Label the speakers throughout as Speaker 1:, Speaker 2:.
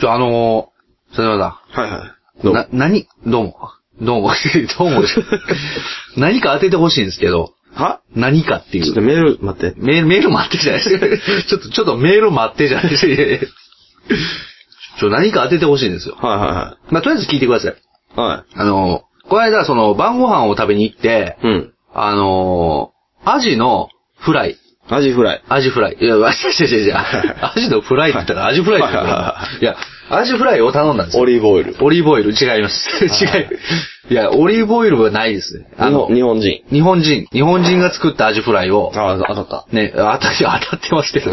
Speaker 1: ちょ、あのー、それは
Speaker 2: はいはい。
Speaker 1: さ
Speaker 2: ど
Speaker 1: ん、
Speaker 2: う
Speaker 1: な、何、どうも。どうも。 どうもです。何か当ててほしいんですけど、
Speaker 2: は
Speaker 1: 何かってい
Speaker 2: ちょっと
Speaker 1: う。
Speaker 2: メール待って。
Speaker 1: メール、メール待ってじゃないですか。ち ょっと、ちょっとメール待ってじゃないです かいやいや。ちょ、何か当ててほしいんですよ。
Speaker 2: はいは
Speaker 1: まあ、とりあえず聞いてください。
Speaker 2: いはい。は
Speaker 1: あのー、この間、その、晩ご飯を食べに行って、
Speaker 2: い。うん。
Speaker 1: あのー、アジのフライ。
Speaker 2: アジフライ。
Speaker 1: アジフライ。いや、違う 違う違う。アジのフライって言ったらアジフライです よ
Speaker 2: はいはいはい
Speaker 1: いや、アジフライを頼んだんですよ
Speaker 2: オ。リーブオイル。
Speaker 1: オリーブオイル、違います。違う。いや、オリーブオイルはないですね。あ
Speaker 2: あの、
Speaker 1: の、
Speaker 2: 日本人。
Speaker 1: 日本人、日本人が作ったアジフライを、
Speaker 2: ああ、当たった。
Speaker 1: ね、 当たって、当たってますけど、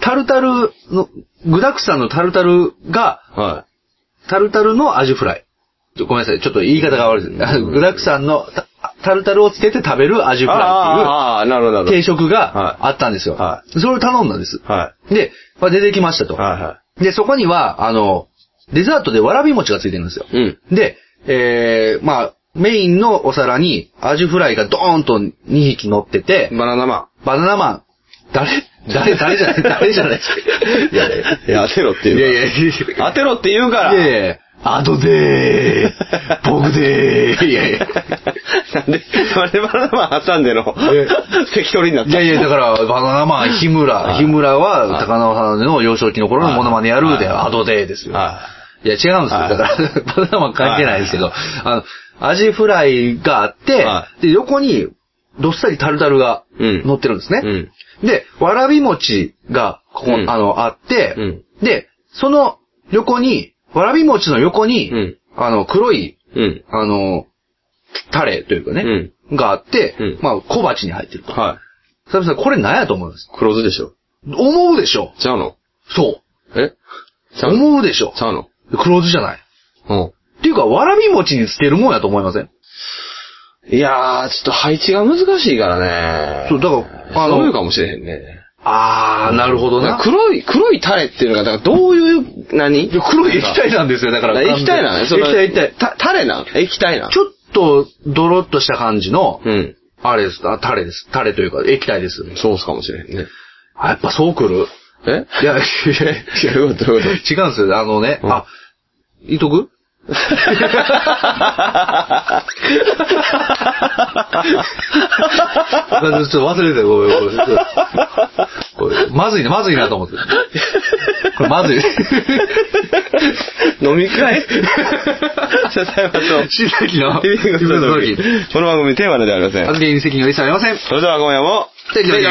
Speaker 1: タルタルの、具沢山のタルタルが、
Speaker 2: は
Speaker 1: タルタルのアジフライ。ちょごめんなさい、ちょっと言い方が悪いです。 具沢山のタタルタルをつけて食べるアジ
Speaker 2: い。
Speaker 1: フラ
Speaker 2: ああ、なるほど、
Speaker 1: イっ
Speaker 2: な
Speaker 1: ていう定
Speaker 2: る
Speaker 1: 食
Speaker 2: はい
Speaker 1: があったんですよ
Speaker 2: は。
Speaker 1: それを頼んだんです
Speaker 2: ほ。ど。は
Speaker 1: で、まあ出てきました
Speaker 2: い。
Speaker 1: と。
Speaker 2: は
Speaker 1: で、そこには、あの、デザートでわらび餅がついてるんですよ。
Speaker 2: いはい。うん。
Speaker 1: で、えー、まあ、メインのお皿にアジフライがドーンと2匹乗ってて、
Speaker 2: バナナマ
Speaker 1: バナナマン、誰誰誰じゃない 誰じゃないです
Speaker 2: ン。いやいや、いや当てろって
Speaker 1: いやいや
Speaker 2: いう。
Speaker 1: いやいや
Speaker 2: 当てろって言うから。
Speaker 1: いやいやアドでー僕でーいやいや。
Speaker 2: なんで、バレバラマン挟んでの
Speaker 1: え、
Speaker 2: 関取になっ
Speaker 1: い
Speaker 2: た。
Speaker 1: やいや、だから、バナナマン、日村。
Speaker 2: はい
Speaker 1: 日村は、高野花の幼少期の頃のモノマネやるで、
Speaker 2: はい
Speaker 1: アドでーですよ。
Speaker 2: はい
Speaker 1: や、違うんですよ。
Speaker 2: はい
Speaker 1: だから、 バナナマン関係ないですけど、あの、アジフライがあって、
Speaker 2: は
Speaker 1: で、横に、どっさりタルタルが
Speaker 2: うん
Speaker 1: 乗ってるんです
Speaker 2: い。
Speaker 1: ね。
Speaker 2: うん。
Speaker 1: で、わらび餅が、ここ、
Speaker 2: うん
Speaker 1: あの、あって、
Speaker 2: うん
Speaker 1: で、その横に、わらび餅の横に、
Speaker 2: うん
Speaker 1: あの、黒い、
Speaker 2: うん。
Speaker 1: あの、タレというかね、があって、
Speaker 2: うん
Speaker 1: まあ、小鉢に入ってると。
Speaker 2: はい。
Speaker 1: サブさん、これ何やと思うんです
Speaker 2: 黒酢でしょ。
Speaker 1: 思うでしょ
Speaker 2: ちゃうの
Speaker 1: そ
Speaker 2: えち
Speaker 1: う。
Speaker 2: ゃうの
Speaker 1: 思うでしょ
Speaker 2: ちゃうの
Speaker 1: 黒酢じゃない。
Speaker 2: うん。
Speaker 1: っていうか、わらび餅に捨てるもんやと思いません
Speaker 2: いやー、ちょっと配置が難しいからね。
Speaker 1: そうだからあの
Speaker 2: あの、そういうかもしれへんね。
Speaker 1: あー、なるほど
Speaker 2: だ
Speaker 1: な
Speaker 2: から。黒い、黒いタレっていうのが、だからどういう、何
Speaker 1: いや黒い液体なんですよ、だから。
Speaker 2: 液体なん
Speaker 1: 液体液体。
Speaker 2: たタレなん液体なん
Speaker 1: ちょっと、ドロッとした感じの、
Speaker 2: うん。
Speaker 1: あれです、あ、タレです。タレというか、液体です。
Speaker 2: ソースかもしれへんね。
Speaker 1: あ、やっぱそう来る
Speaker 2: え
Speaker 1: いや、いや、
Speaker 2: いやどういうことどういうこ
Speaker 1: 違うんですよ。あのね、
Speaker 2: うん
Speaker 1: あ、言っとく ちょっと忘れてた、ごめん、ごめん。これまずいな、まずいなと思って。これまずい。
Speaker 2: と飲み会謝罪 は
Speaker 1: 新崎の、
Speaker 2: と、リビングスの時
Speaker 1: 時。
Speaker 2: この番組テーマなどありません。
Speaker 1: 発言に責任は一切ありません。
Speaker 2: それでは今夜も、
Speaker 1: 適当に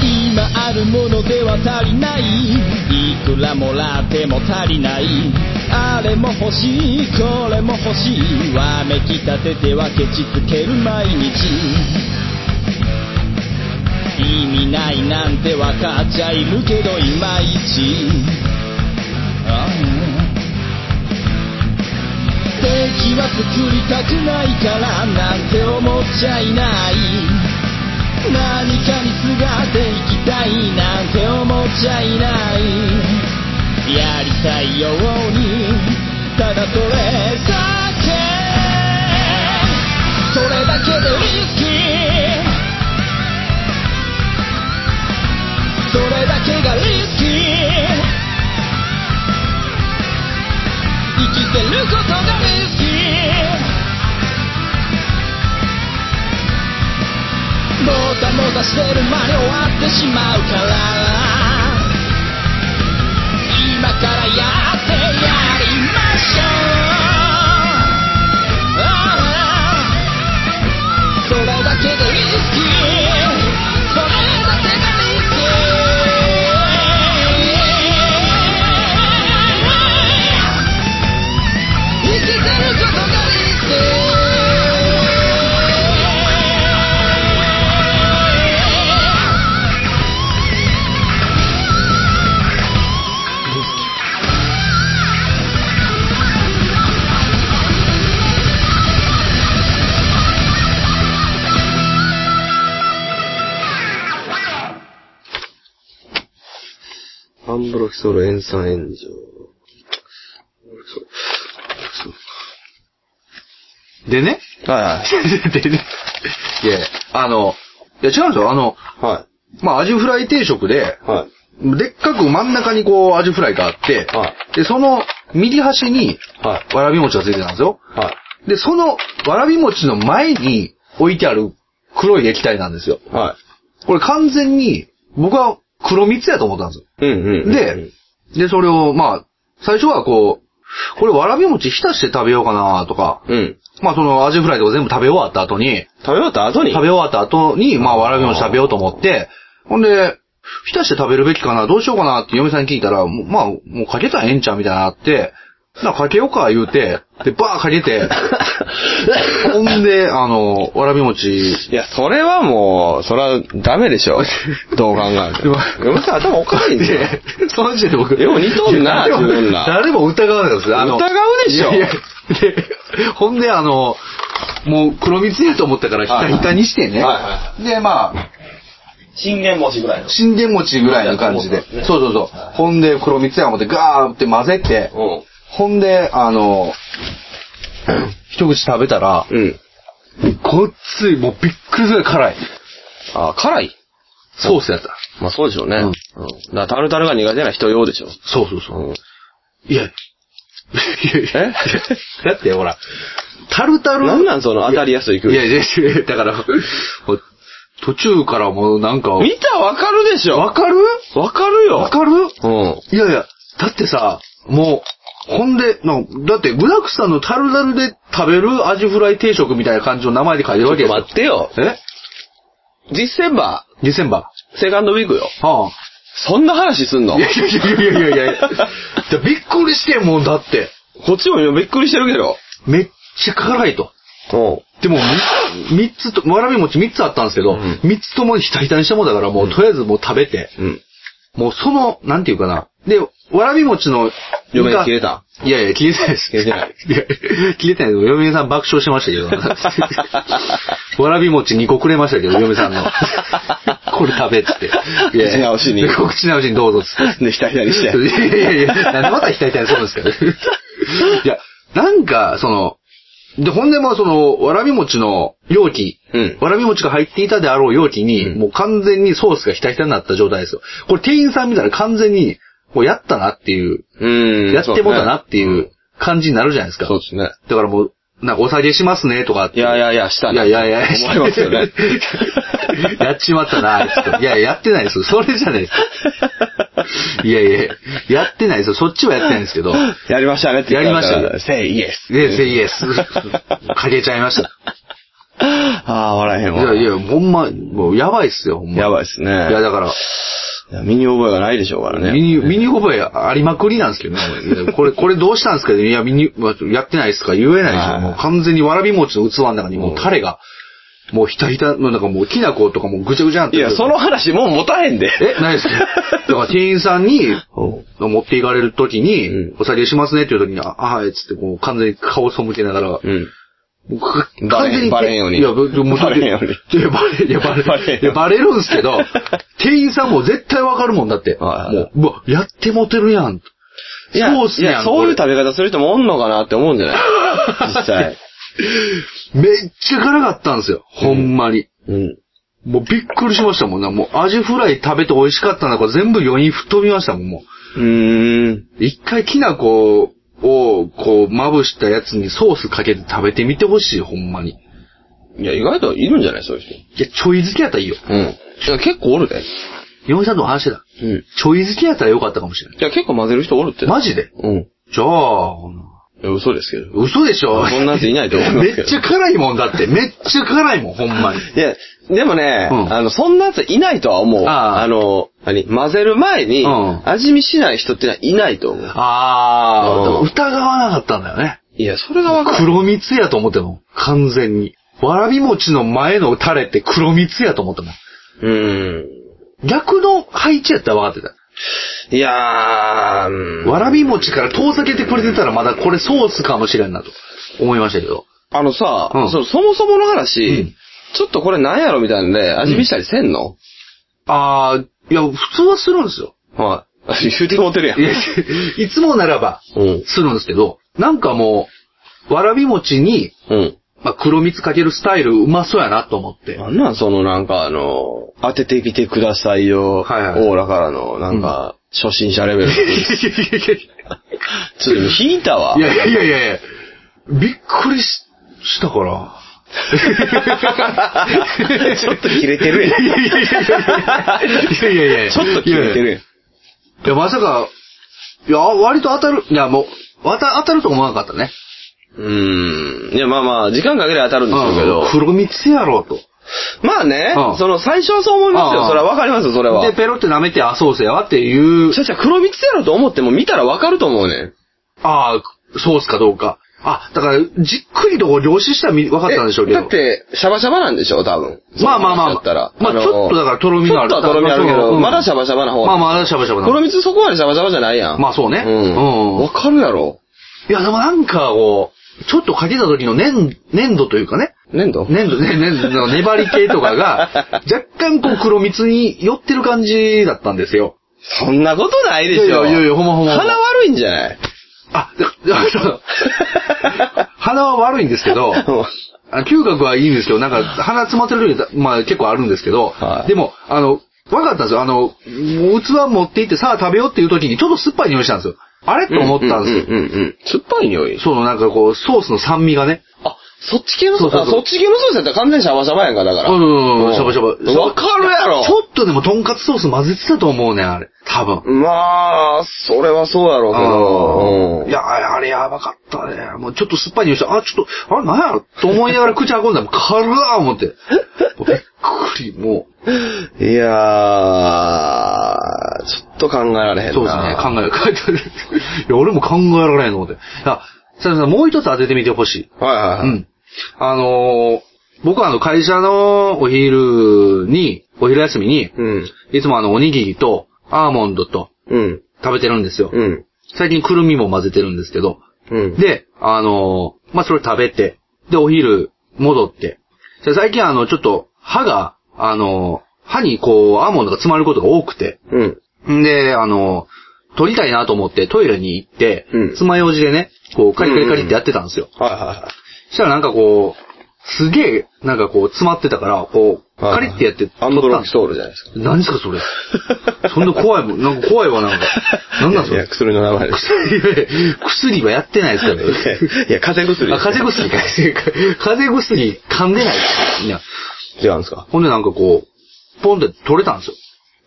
Speaker 3: 今あるものでは足りないいくらもらっても足りないあれも欲しいこれも欲しいわめきたててはケチつける毎日意味ないなんてわかっちゃいるけどいまいちああ敵は作りたくないからなんて思っちゃいない何かにすがっていきたいなんて思っちゃいないやりたいようにただそれだけそれだけでリスキーそれだけがリスキー生きてることがリスキーもたもたしてる間に終わってしまうから今からやってやりましょうああそれだけがリスキーそれだけがリスキー生きてることがリスキー
Speaker 2: アンブロキソール塩酸炎上。
Speaker 1: でね。
Speaker 2: はいはい。
Speaker 1: でね。いや、あの、いや、違うんですよ。あの、
Speaker 2: は
Speaker 1: まあ、アジフライ定食で、
Speaker 2: い。はい。
Speaker 1: でっかく真ん中にこう、アジフライがあって、
Speaker 2: はい
Speaker 1: で、その右端に、
Speaker 2: はい。
Speaker 1: わらび餅がついてたんですよ。
Speaker 2: はい。
Speaker 1: で、そのわらび餅の前に置いてある黒い液体なんですよ。
Speaker 2: は
Speaker 1: これ完全に、僕は黒蜜やと思ったんですよ。
Speaker 2: い。うんうんうんうん。
Speaker 1: で、で、それを、まあ、最初はこう、これわらび餅浸して食べようかなとか、
Speaker 2: うん。
Speaker 1: まあそのアジフライとか全部食べ終わった後に、
Speaker 2: 食べ終わった後に
Speaker 1: 食べ終わった後に、まあわらび餅食べようと思って、ほんで、浸して食べるべきかな、どうしようかなって嫁さんに聞いたら、もうまあ、もうかけたらええんちゃうみたいなのあって、な、かけようか言うて、で、バーかけ て、ほんで、あの、わらび餅、
Speaker 2: いや、それはもう、それはダメでしょ。 どう考えても。嫁さん頭おかしいんですよ。
Speaker 1: でその時点で僕。
Speaker 2: よう似とんな
Speaker 1: 誰も
Speaker 2: 自分ら
Speaker 1: 誰も疑わないです。あの
Speaker 2: 疑うでしょ
Speaker 1: いやいやで、ほんで、あの、もう黒蜜やと思ったから、ひ
Speaker 2: はい
Speaker 1: たひたにしてね。
Speaker 2: はいは
Speaker 1: で、まあ、
Speaker 4: 信玄餅ぐらいの。
Speaker 1: 信玄餅ぐらいの感じで。そうそうそう。ほんで、黒蜜や思って、ガーって混ぜて、
Speaker 2: うん。
Speaker 1: ほんで、あの、一口食べたら、
Speaker 2: うん。
Speaker 1: ごっつい、もうびっくりするぐらい辛い。
Speaker 2: あ、辛い
Speaker 1: ソースやった。
Speaker 2: まあそうでしょうね。
Speaker 1: う
Speaker 2: うんん。だからタルタルが苦手な人用でしょ。
Speaker 1: そうそうそう。
Speaker 2: うん。
Speaker 1: い や、いやいや
Speaker 2: え
Speaker 1: だってほら、タルタル。
Speaker 2: なんなんその当たりやすい空
Speaker 1: い
Speaker 2: 気
Speaker 1: やいやいや、だ から、もう途中からもうなんか、
Speaker 2: 見たらわかるでしょ
Speaker 1: わかる
Speaker 2: わかるよ
Speaker 1: わかる
Speaker 2: うん。
Speaker 1: いやいや、だってさ、もう、ほんで、なんだって具沢山のタルタルで食べるアジフライ定食みたいな感じの名前で書いて
Speaker 2: ち
Speaker 1: る
Speaker 2: ょ
Speaker 1: わ
Speaker 2: っ
Speaker 1: け
Speaker 2: と
Speaker 1: よ
Speaker 2: 待ってよ。
Speaker 1: え
Speaker 2: 実践バ
Speaker 1: ディセンバ
Speaker 2: ー、セカンドウィークよ。
Speaker 1: ー。はあ。
Speaker 2: そんな話すんの
Speaker 1: いやいやいやいやいやいや。じゃびっくりしてんもんだって。
Speaker 2: こっちも今びっくりしてるけど。
Speaker 1: めっちゃ辛いと。
Speaker 2: うん。
Speaker 1: でも、み三つと、わらび餅三つあったんですけど、
Speaker 2: ん
Speaker 1: 三、つともひたひたにしたもんだから、もう、とりあえずもう食べて、
Speaker 2: うん。
Speaker 1: もうその、なんていうかな。で、わらび餅の、
Speaker 2: 嫁に切れ
Speaker 1: た。
Speaker 2: た。
Speaker 1: いやいや、切れてないです。
Speaker 2: 切れ てない
Speaker 1: いや。切れてないです。嫁さん爆笑してましたけ ど。わらび餅2個くれましたけど、嫁さんの。これ食べっつって。いやいや
Speaker 2: 口直しに
Speaker 1: で口直しにどうぞっつって。
Speaker 2: で、ひたひたにし
Speaker 1: い
Speaker 2: て。
Speaker 1: やいやいや、なんでまたひたひたにするんですかね。いや、なんか、その、で、ほんでもその、わらび餅の容器、
Speaker 2: うん
Speaker 1: わらび餅が入っていたであろう容器に、
Speaker 2: うん
Speaker 1: もう完全にソースがひたひたになった状態ですよ。これ店員さん見たら完全に、もうやったなっていう、
Speaker 2: うん。
Speaker 1: やってもうたなってい
Speaker 2: ん
Speaker 1: う感じになるじゃないですか。
Speaker 2: そうですね。
Speaker 1: だからもう、なんかお下げしますねとかって
Speaker 2: いやいやいや、した
Speaker 1: いや
Speaker 2: ね。
Speaker 1: いやいや、
Speaker 2: 思いますよね。
Speaker 1: やっちまったな、あいつといやいや、やってないですよ。それじゃないです。いやいや、やってないですよ。そっちはやってないんですけど。
Speaker 2: やりましたねって言ったから
Speaker 1: やりまし
Speaker 2: せい、イエス。
Speaker 1: で、せいえす。かけちゃいました。
Speaker 2: ああ、笑えへん
Speaker 1: いや
Speaker 2: わ。
Speaker 1: いや、ほんま、もうやばいっすよ、ほんま。
Speaker 2: やばい
Speaker 1: い。
Speaker 2: ですね。
Speaker 1: いや、だから、
Speaker 2: いや身に覚えがないでしょうからね。
Speaker 1: 身に、身に覚えありまくりなんですけどね。いやこれ、これどうしたんですかいや、身に、やってないっすか言えないでし
Speaker 2: は
Speaker 1: ょ。
Speaker 2: い
Speaker 1: もう完全にわらび餅の器の中にもうタレが、もうひたひた、なんかもうきな粉とかもうぐちゃぐちゃになって
Speaker 2: い
Speaker 1: る
Speaker 2: や、その話もう持たへんで。
Speaker 1: え、ないですよ。だから店員さんに、持っていかれるときに、
Speaker 2: うん
Speaker 1: お酒しますねっていうときに、あ、あはい、つって、こう、完全に顔を背けながら、も
Speaker 2: うん。
Speaker 1: うか
Speaker 2: バレへんバレへんように
Speaker 1: いや、ぶもう
Speaker 2: バレへんように
Speaker 1: いや、バレ、いや、バレ、
Speaker 2: バレへんように
Speaker 1: いや、バレるんです けど、店員さんも絶対わかるもんだって。
Speaker 2: はいはい
Speaker 1: もう、うわ、やってもてるやん。
Speaker 2: いや、
Speaker 1: そうっす
Speaker 2: い
Speaker 1: ね。
Speaker 2: やそういう食べ方する人もおんのかなって思うんじゃない 実際。
Speaker 1: めっちゃ辛かったんですよ。ほんまに。
Speaker 2: うん。
Speaker 1: もうびっくりしましたもんな。もうアジフライ食べて美味しかったのが全部余韻吹っ飛びましたもん、もう。
Speaker 2: うーん。
Speaker 1: 一回きな粉を、こう、まぶしたやつにソースかけて食べてみてほしい、ほんまに。い
Speaker 2: いや、意外といるんじゃないそういう人。
Speaker 1: や、ちょい好きやったらいいよ。
Speaker 2: うん。いや、結構おるで。
Speaker 1: 嫁さんとも話してた。
Speaker 2: うん。い
Speaker 1: ちょい好きやったらよかったかもしれない。
Speaker 2: や、結構混ぜる人おるって。
Speaker 1: マジで
Speaker 2: うん。
Speaker 1: じゃあ、ほない
Speaker 2: や、嘘ですけど。
Speaker 1: 嘘でしょ
Speaker 2: そんなやついないと思 います
Speaker 1: め
Speaker 2: けど
Speaker 1: っちゃ辛いもんだって。めっちゃ辛いもん、ほんまに。
Speaker 2: いや、でもね、
Speaker 1: うん
Speaker 2: あの、そんなやついないとは思う。
Speaker 1: ああ
Speaker 2: の、何混ぜる前に、
Speaker 1: うん
Speaker 2: 味見しない人ってのはいないと思う。
Speaker 1: あー、
Speaker 2: うん
Speaker 1: 疑わなかったんだよね。
Speaker 2: いや、それがわかる。
Speaker 1: 黒蜜やと思ってもん、完全に。わらび餅の前のタレって黒蜜やと思ってもん。
Speaker 2: う
Speaker 1: 逆の配置やったら分かってた。
Speaker 2: ーん。いやー、うん
Speaker 1: わらび餅から遠ざけてくれてたらまだこれソースかもしれんなと思いましたけど。
Speaker 2: あのさ、
Speaker 1: うん
Speaker 2: そのそもそもの話、
Speaker 1: うん
Speaker 2: ちょっとこれなんやろみたいなんで、味見したりせんの、
Speaker 1: あー、いや、普通はするんですよ。
Speaker 2: はい。言うてもうてるやん
Speaker 1: い。や いつもならば、
Speaker 2: うん。
Speaker 1: するんですけど、なんかもう、わらび餅に、
Speaker 2: うん。
Speaker 1: まあ、黒蜜かけるスタイルうまそうやなと思って。
Speaker 2: なんなんそのなんかあの、当ててきてくださいよ、
Speaker 1: はいはい
Speaker 2: オーラからの、なんか、初心者 レベル。ちょっと引いた わ。
Speaker 1: いやいやいやいやいやびっくりしした から。
Speaker 2: ちょっと切れてるやん。
Speaker 1: いやいやいやいやいやいや
Speaker 2: ちょっと切れてるやん。
Speaker 1: いや、まさか、いや、割と当たる、いや、もう、わた当たると思わなかったね。
Speaker 2: うーん。いや、まあまあ、時間かけて当たるんでしょうけど
Speaker 1: うん。黒蜜やろうと。
Speaker 2: まあね
Speaker 1: う、ん
Speaker 2: その、最初はそう思います
Speaker 1: う
Speaker 2: よ。
Speaker 1: ん
Speaker 2: それはわかりますよ、それは。
Speaker 1: で、ペロって舐めて、あ、ソースやわっていう
Speaker 2: ち、ゃちゃ、黒蜜やろと思っても見たらわかると思うねん。
Speaker 1: ああ、ソースかどうか。あ、だから、じっくりとこう凝視したら見分かったんでしょうけ
Speaker 2: え
Speaker 1: ど。
Speaker 2: だって、シャバシャバなんでしょ、多分。
Speaker 1: まあまあまあ
Speaker 2: だったら。
Speaker 1: まあ
Speaker 2: の
Speaker 1: ちょっとだからとろみのある
Speaker 2: ちょっとはとろみあるけ
Speaker 1: まあそ
Speaker 2: ど、
Speaker 1: ううん
Speaker 2: まだシャバシャバな方。
Speaker 1: まあまあ、しゃばしゃばな。
Speaker 2: 黒蜜そこまでシャバシャバじゃないやん。
Speaker 1: まあそうね
Speaker 2: う
Speaker 1: うん
Speaker 2: ん。わかるやろ。
Speaker 1: いや、でもなんかこう、ちょっとかけた時の粘、粘土というかね。
Speaker 2: 粘土
Speaker 1: 粘土、ね、粘土の粘り系とかが、若干こう黒蜜に寄ってる感じだったんですよ。
Speaker 2: そんなことないでしょ。
Speaker 1: いやいやいやいやほんまほんまほんま
Speaker 2: 鼻悪いんじゃ ない
Speaker 1: あ、だだそう鼻は悪いんですけど、あ嗅覚はいいんですけど、なんか鼻詰まってる時、まあ結構あるんですけど、
Speaker 2: はい
Speaker 1: でも、あの、わかったんですよ。あの、器持って行ってさあ食べようっていう時にちょっと酸っぱい匂いしたんですよ。あれと思ったんですよ。
Speaker 2: うんうんうんうん。酸っぱい匂い。
Speaker 1: そのなんかこう、ソースの酸味がね。
Speaker 2: あ、そっち系のソース
Speaker 1: そうそうそう
Speaker 2: あそっち系のソースやったら完全にシャバシャバやんか、だから。
Speaker 1: うんうんうん、しゃばしゃば。
Speaker 2: わかるやろ
Speaker 1: ちょっとでも、とんかつソース混ぜてたと思うねん、あれ。多分。
Speaker 2: まあ、それはそうやろうけど。うん
Speaker 1: いや、あれやばかったね。もうちょっと酸っぱい匂いして、あ、ちょっと、あれなんやろと思いながら口運んだら、軽ー思って。もうびっくり、もう。
Speaker 2: いやー、ちょっと考えられへんな。
Speaker 1: そうですね、考え、書いてある。いや、俺も考えられへんので。あ、さやさん、もう一つ当ててみてほしい。
Speaker 2: はいは
Speaker 1: う
Speaker 2: いはい。
Speaker 1: ん。あのー、僕はあの、会社のお昼に、お昼休みに、
Speaker 2: うん。
Speaker 1: いつもあの、おにぎりと、アーモンドと、
Speaker 2: うん。
Speaker 1: 食べてるんですよ。
Speaker 2: うん。
Speaker 1: 最近くるみも混ぜてるんですけど。
Speaker 2: うん。
Speaker 1: で、あのーまあ、それ食べて、で、お昼戻って。で最近あの、ちょっと歯が、あのー歯にこう、アーモンドが詰まることが多くて。
Speaker 2: うん。
Speaker 1: んで、あのー取りたいなと思ってトイレに行って、
Speaker 2: うん
Speaker 1: 爪楊枝でね、こう、カリカリカリってやってたんですよ。
Speaker 2: はいは
Speaker 1: そしたらなんかこう、すげえ、なんかこう、詰まってたから、こう、
Speaker 2: いはい。
Speaker 1: カリってやって
Speaker 2: ア
Speaker 1: 取
Speaker 2: ンド
Speaker 1: った
Speaker 2: ロ
Speaker 1: ん
Speaker 2: キ
Speaker 1: ですよ。
Speaker 2: ソールじゃないですか。
Speaker 1: 何ですかそれ。そんな怖いもん。なんか怖いわ、なんか。なんなんそ
Speaker 2: い
Speaker 1: れ
Speaker 2: や、。薬の名前です。
Speaker 1: 薬はやってないですからね。
Speaker 2: いや、風邪薬。
Speaker 1: あ、風邪薬 か。風邪薬噛んでないです。いや。
Speaker 2: 薬。違うんですか。
Speaker 1: ほんでなんかこう、ポンって取れたんですよ。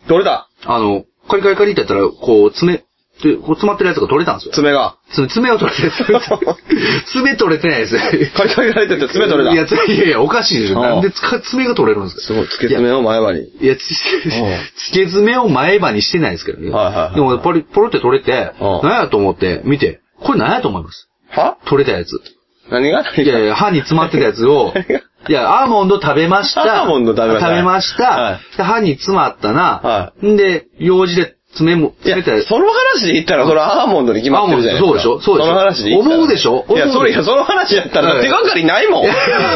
Speaker 2: 取れた
Speaker 1: あの、カリカリカリってやったら、こう、爪、でこう詰まってるやつが取れたんですよ。
Speaker 2: 爪が。
Speaker 1: 爪、爪を取れてる。 爪取れてないです。
Speaker 2: カリカリカリってやって爪取れた。
Speaker 1: いや、爪いやいや、おかしいでしょ。
Speaker 2: ああ
Speaker 1: なんでつか爪が取れるんですか
Speaker 2: すごい、つけ爪を前歯に。
Speaker 1: いや、つ、
Speaker 2: あ
Speaker 1: つけ爪を前歯にしてないですけどね。
Speaker 2: はいはいはい
Speaker 1: でも、ポリ、ポロって取れて、
Speaker 2: ああ
Speaker 1: 何やと思って、見て、これ何やと思います
Speaker 2: は
Speaker 1: 取れたやつ。
Speaker 2: 何が
Speaker 1: いやいや、歯に詰まってたやつ を、いや、アーモンド食べました。
Speaker 2: アーモンド食べました
Speaker 1: 食べました。
Speaker 2: は
Speaker 1: で歯に詰まったな
Speaker 2: は。
Speaker 1: んで、用事で爪も、
Speaker 2: い
Speaker 1: 詰
Speaker 2: や
Speaker 1: めたやつ。
Speaker 2: その話で言ったら、それはアーモンドに決まってるじゃないです
Speaker 1: アー
Speaker 2: か。
Speaker 1: モンドそうでしょそうでしょ
Speaker 2: その話で言ったら
Speaker 1: 思うでしょ
Speaker 2: いや、
Speaker 1: 思
Speaker 2: そうれ、
Speaker 1: でし
Speaker 2: い
Speaker 1: ょ
Speaker 2: や、その話やった
Speaker 1: は
Speaker 2: ら
Speaker 1: い
Speaker 2: 手がかりないもん。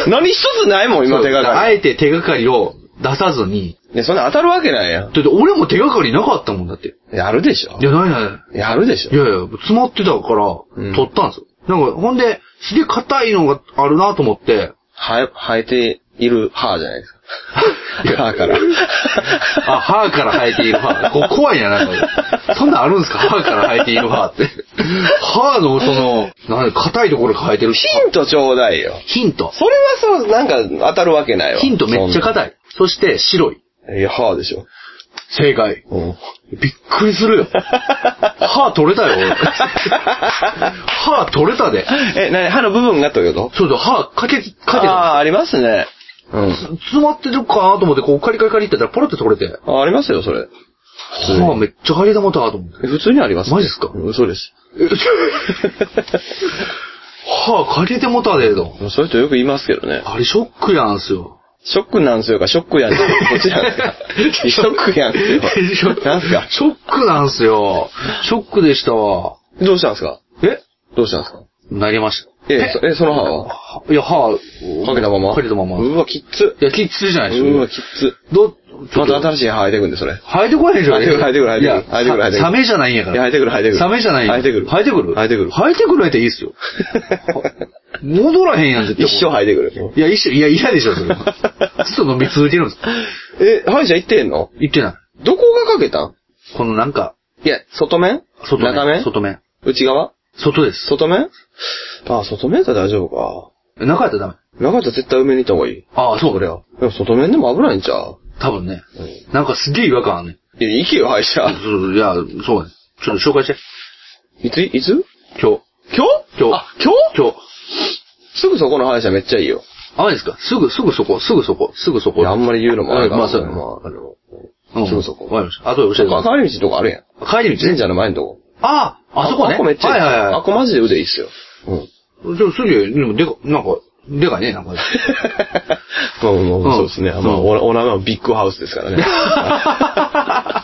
Speaker 2: 何一つないもん、今手が
Speaker 1: あ
Speaker 2: かり。
Speaker 1: えて手がかりを出さずに。
Speaker 2: いや、そんな当たるわけないやん。
Speaker 1: だって、俺も手がかりなかったもんだって。
Speaker 2: いやあるでしょ
Speaker 1: い。や、ないない。
Speaker 2: やるでしょ
Speaker 1: い。やいや、詰まってたから
Speaker 2: う、ん
Speaker 1: 取ったんですよ。なんか、ほんで、すげえ硬いのがあるなと思って、
Speaker 2: 生え、生えている歯じゃないです か。歯から。
Speaker 1: あ、歯から生えている歯。こう怖いな、なんか。そんなんあるんですか歯から生えている歯って。歯の、その、なんか硬いところから生えてる。
Speaker 2: ヒントちょうだいよ。
Speaker 1: ヒント。
Speaker 2: それはそう、なんか当たるわけないわ。
Speaker 1: ヒントめっちゃ硬い。そして、白い。
Speaker 2: い。いや、歯でしょ。
Speaker 1: 正解。
Speaker 2: うん。
Speaker 1: びっくりす るよ。歯取れたよ、俺歯取れたで。
Speaker 2: え、なに、歯の部分がということ
Speaker 1: そうそう、歯かけ、か
Speaker 2: ああー、ありますね。うん。
Speaker 1: けて、詰まってるかなと思って、こう、カリカリカリってやったら、ポロって取れて。
Speaker 2: あありますよ、それ。通に
Speaker 1: 歯めっちゃ張り玉だと思って。
Speaker 2: え普通にあります、
Speaker 1: マジっすか
Speaker 2: うん嘘です。
Speaker 1: 歯かけてもたでと。
Speaker 2: そういう人よく言いますけどね。
Speaker 1: あれショックやんすよ。
Speaker 2: ショックなんすよか、ショック やんすよ。どっちなんすか。ショックやんすよ。
Speaker 1: ショック
Speaker 2: なんすか。
Speaker 1: ショックなんすよ。ショックでしたわ。
Speaker 2: どうしたんすか
Speaker 1: え
Speaker 2: どうしたんすか
Speaker 1: 投げました。
Speaker 2: え、そえ、その歯はい
Speaker 1: や、歯、
Speaker 2: かけたまま
Speaker 1: かけたまま。
Speaker 2: う
Speaker 1: い
Speaker 2: わ、きっつ。
Speaker 1: や、きっついじゃないです
Speaker 2: うわ、
Speaker 1: か。
Speaker 2: きっつ。
Speaker 1: どう、
Speaker 2: また
Speaker 1: し
Speaker 2: 新
Speaker 1: い。
Speaker 2: しい歯生えてくんで、そ れ。
Speaker 1: 生えてこないでしょ。
Speaker 2: 生えてくる生えてくる生えてくる
Speaker 1: いや
Speaker 2: 生えてくる生えてくる
Speaker 1: サメじゃないんやから。
Speaker 2: いや生えてくる生えてくる
Speaker 1: サメじゃないんや
Speaker 2: 生えてくる
Speaker 1: 生えてくる
Speaker 2: 生えてくる
Speaker 1: 生えてくるやったらいいっすよ。戻らへんやん、絶対。
Speaker 2: 一生生えてくる。
Speaker 1: いや、一生、いや、嫌でしょ、それは。 ずっと飲み続けるんです。
Speaker 2: え、歯医者行ってんの
Speaker 1: 言ってない。
Speaker 2: どこがかけたん
Speaker 1: このなんか、
Speaker 2: いや、外面
Speaker 1: 外面。
Speaker 2: 中面
Speaker 1: 外面。
Speaker 2: 内側
Speaker 1: 外です。
Speaker 2: 外面ああ、外面やったら大丈夫か。
Speaker 1: 中やったらダメ。
Speaker 2: 中やったら絶対埋めに行った方がいい。
Speaker 1: ああ、そう、これは。
Speaker 2: でも外面でも危ないんちゃう
Speaker 1: 多分ね。なんかすげえ違和感あんねん。
Speaker 2: いや、行けよ、歯医者。
Speaker 1: そういや、そうね。ちょっと紹介して。
Speaker 2: いつ、いつ
Speaker 1: 今日。
Speaker 2: 今日
Speaker 1: 今日
Speaker 2: あ、今日
Speaker 1: 今日。
Speaker 2: すぐそこの歯医者めっちゃいいよ。
Speaker 1: あれですかすぐ、すぐそこ、すぐそこ、すぐそ
Speaker 2: い
Speaker 1: こ。
Speaker 2: やあんまり言うのもあれか
Speaker 1: ま
Speaker 2: ら
Speaker 1: あ、そうやな
Speaker 2: まあ、あの、
Speaker 1: うん
Speaker 2: すぐそこ
Speaker 1: わかりました。あとで教えてくださ
Speaker 2: 帰り道のとこあるやん。
Speaker 1: い。帰り道
Speaker 2: 神社の前のとこ。
Speaker 1: ああ、あそこね。
Speaker 2: あっこめっちゃ
Speaker 1: はい
Speaker 2: い。
Speaker 1: いはい
Speaker 2: あ
Speaker 1: は
Speaker 2: っこマジで腕いいっすよ。 うん。
Speaker 1: い。でもすげえ、でもでか、なんか、でかいね、なん か。
Speaker 2: まあまあまあ
Speaker 1: うん
Speaker 2: そうですね。まあ、
Speaker 1: うん
Speaker 2: オーナオーナーがビッグハウスで すからね。
Speaker 1: わか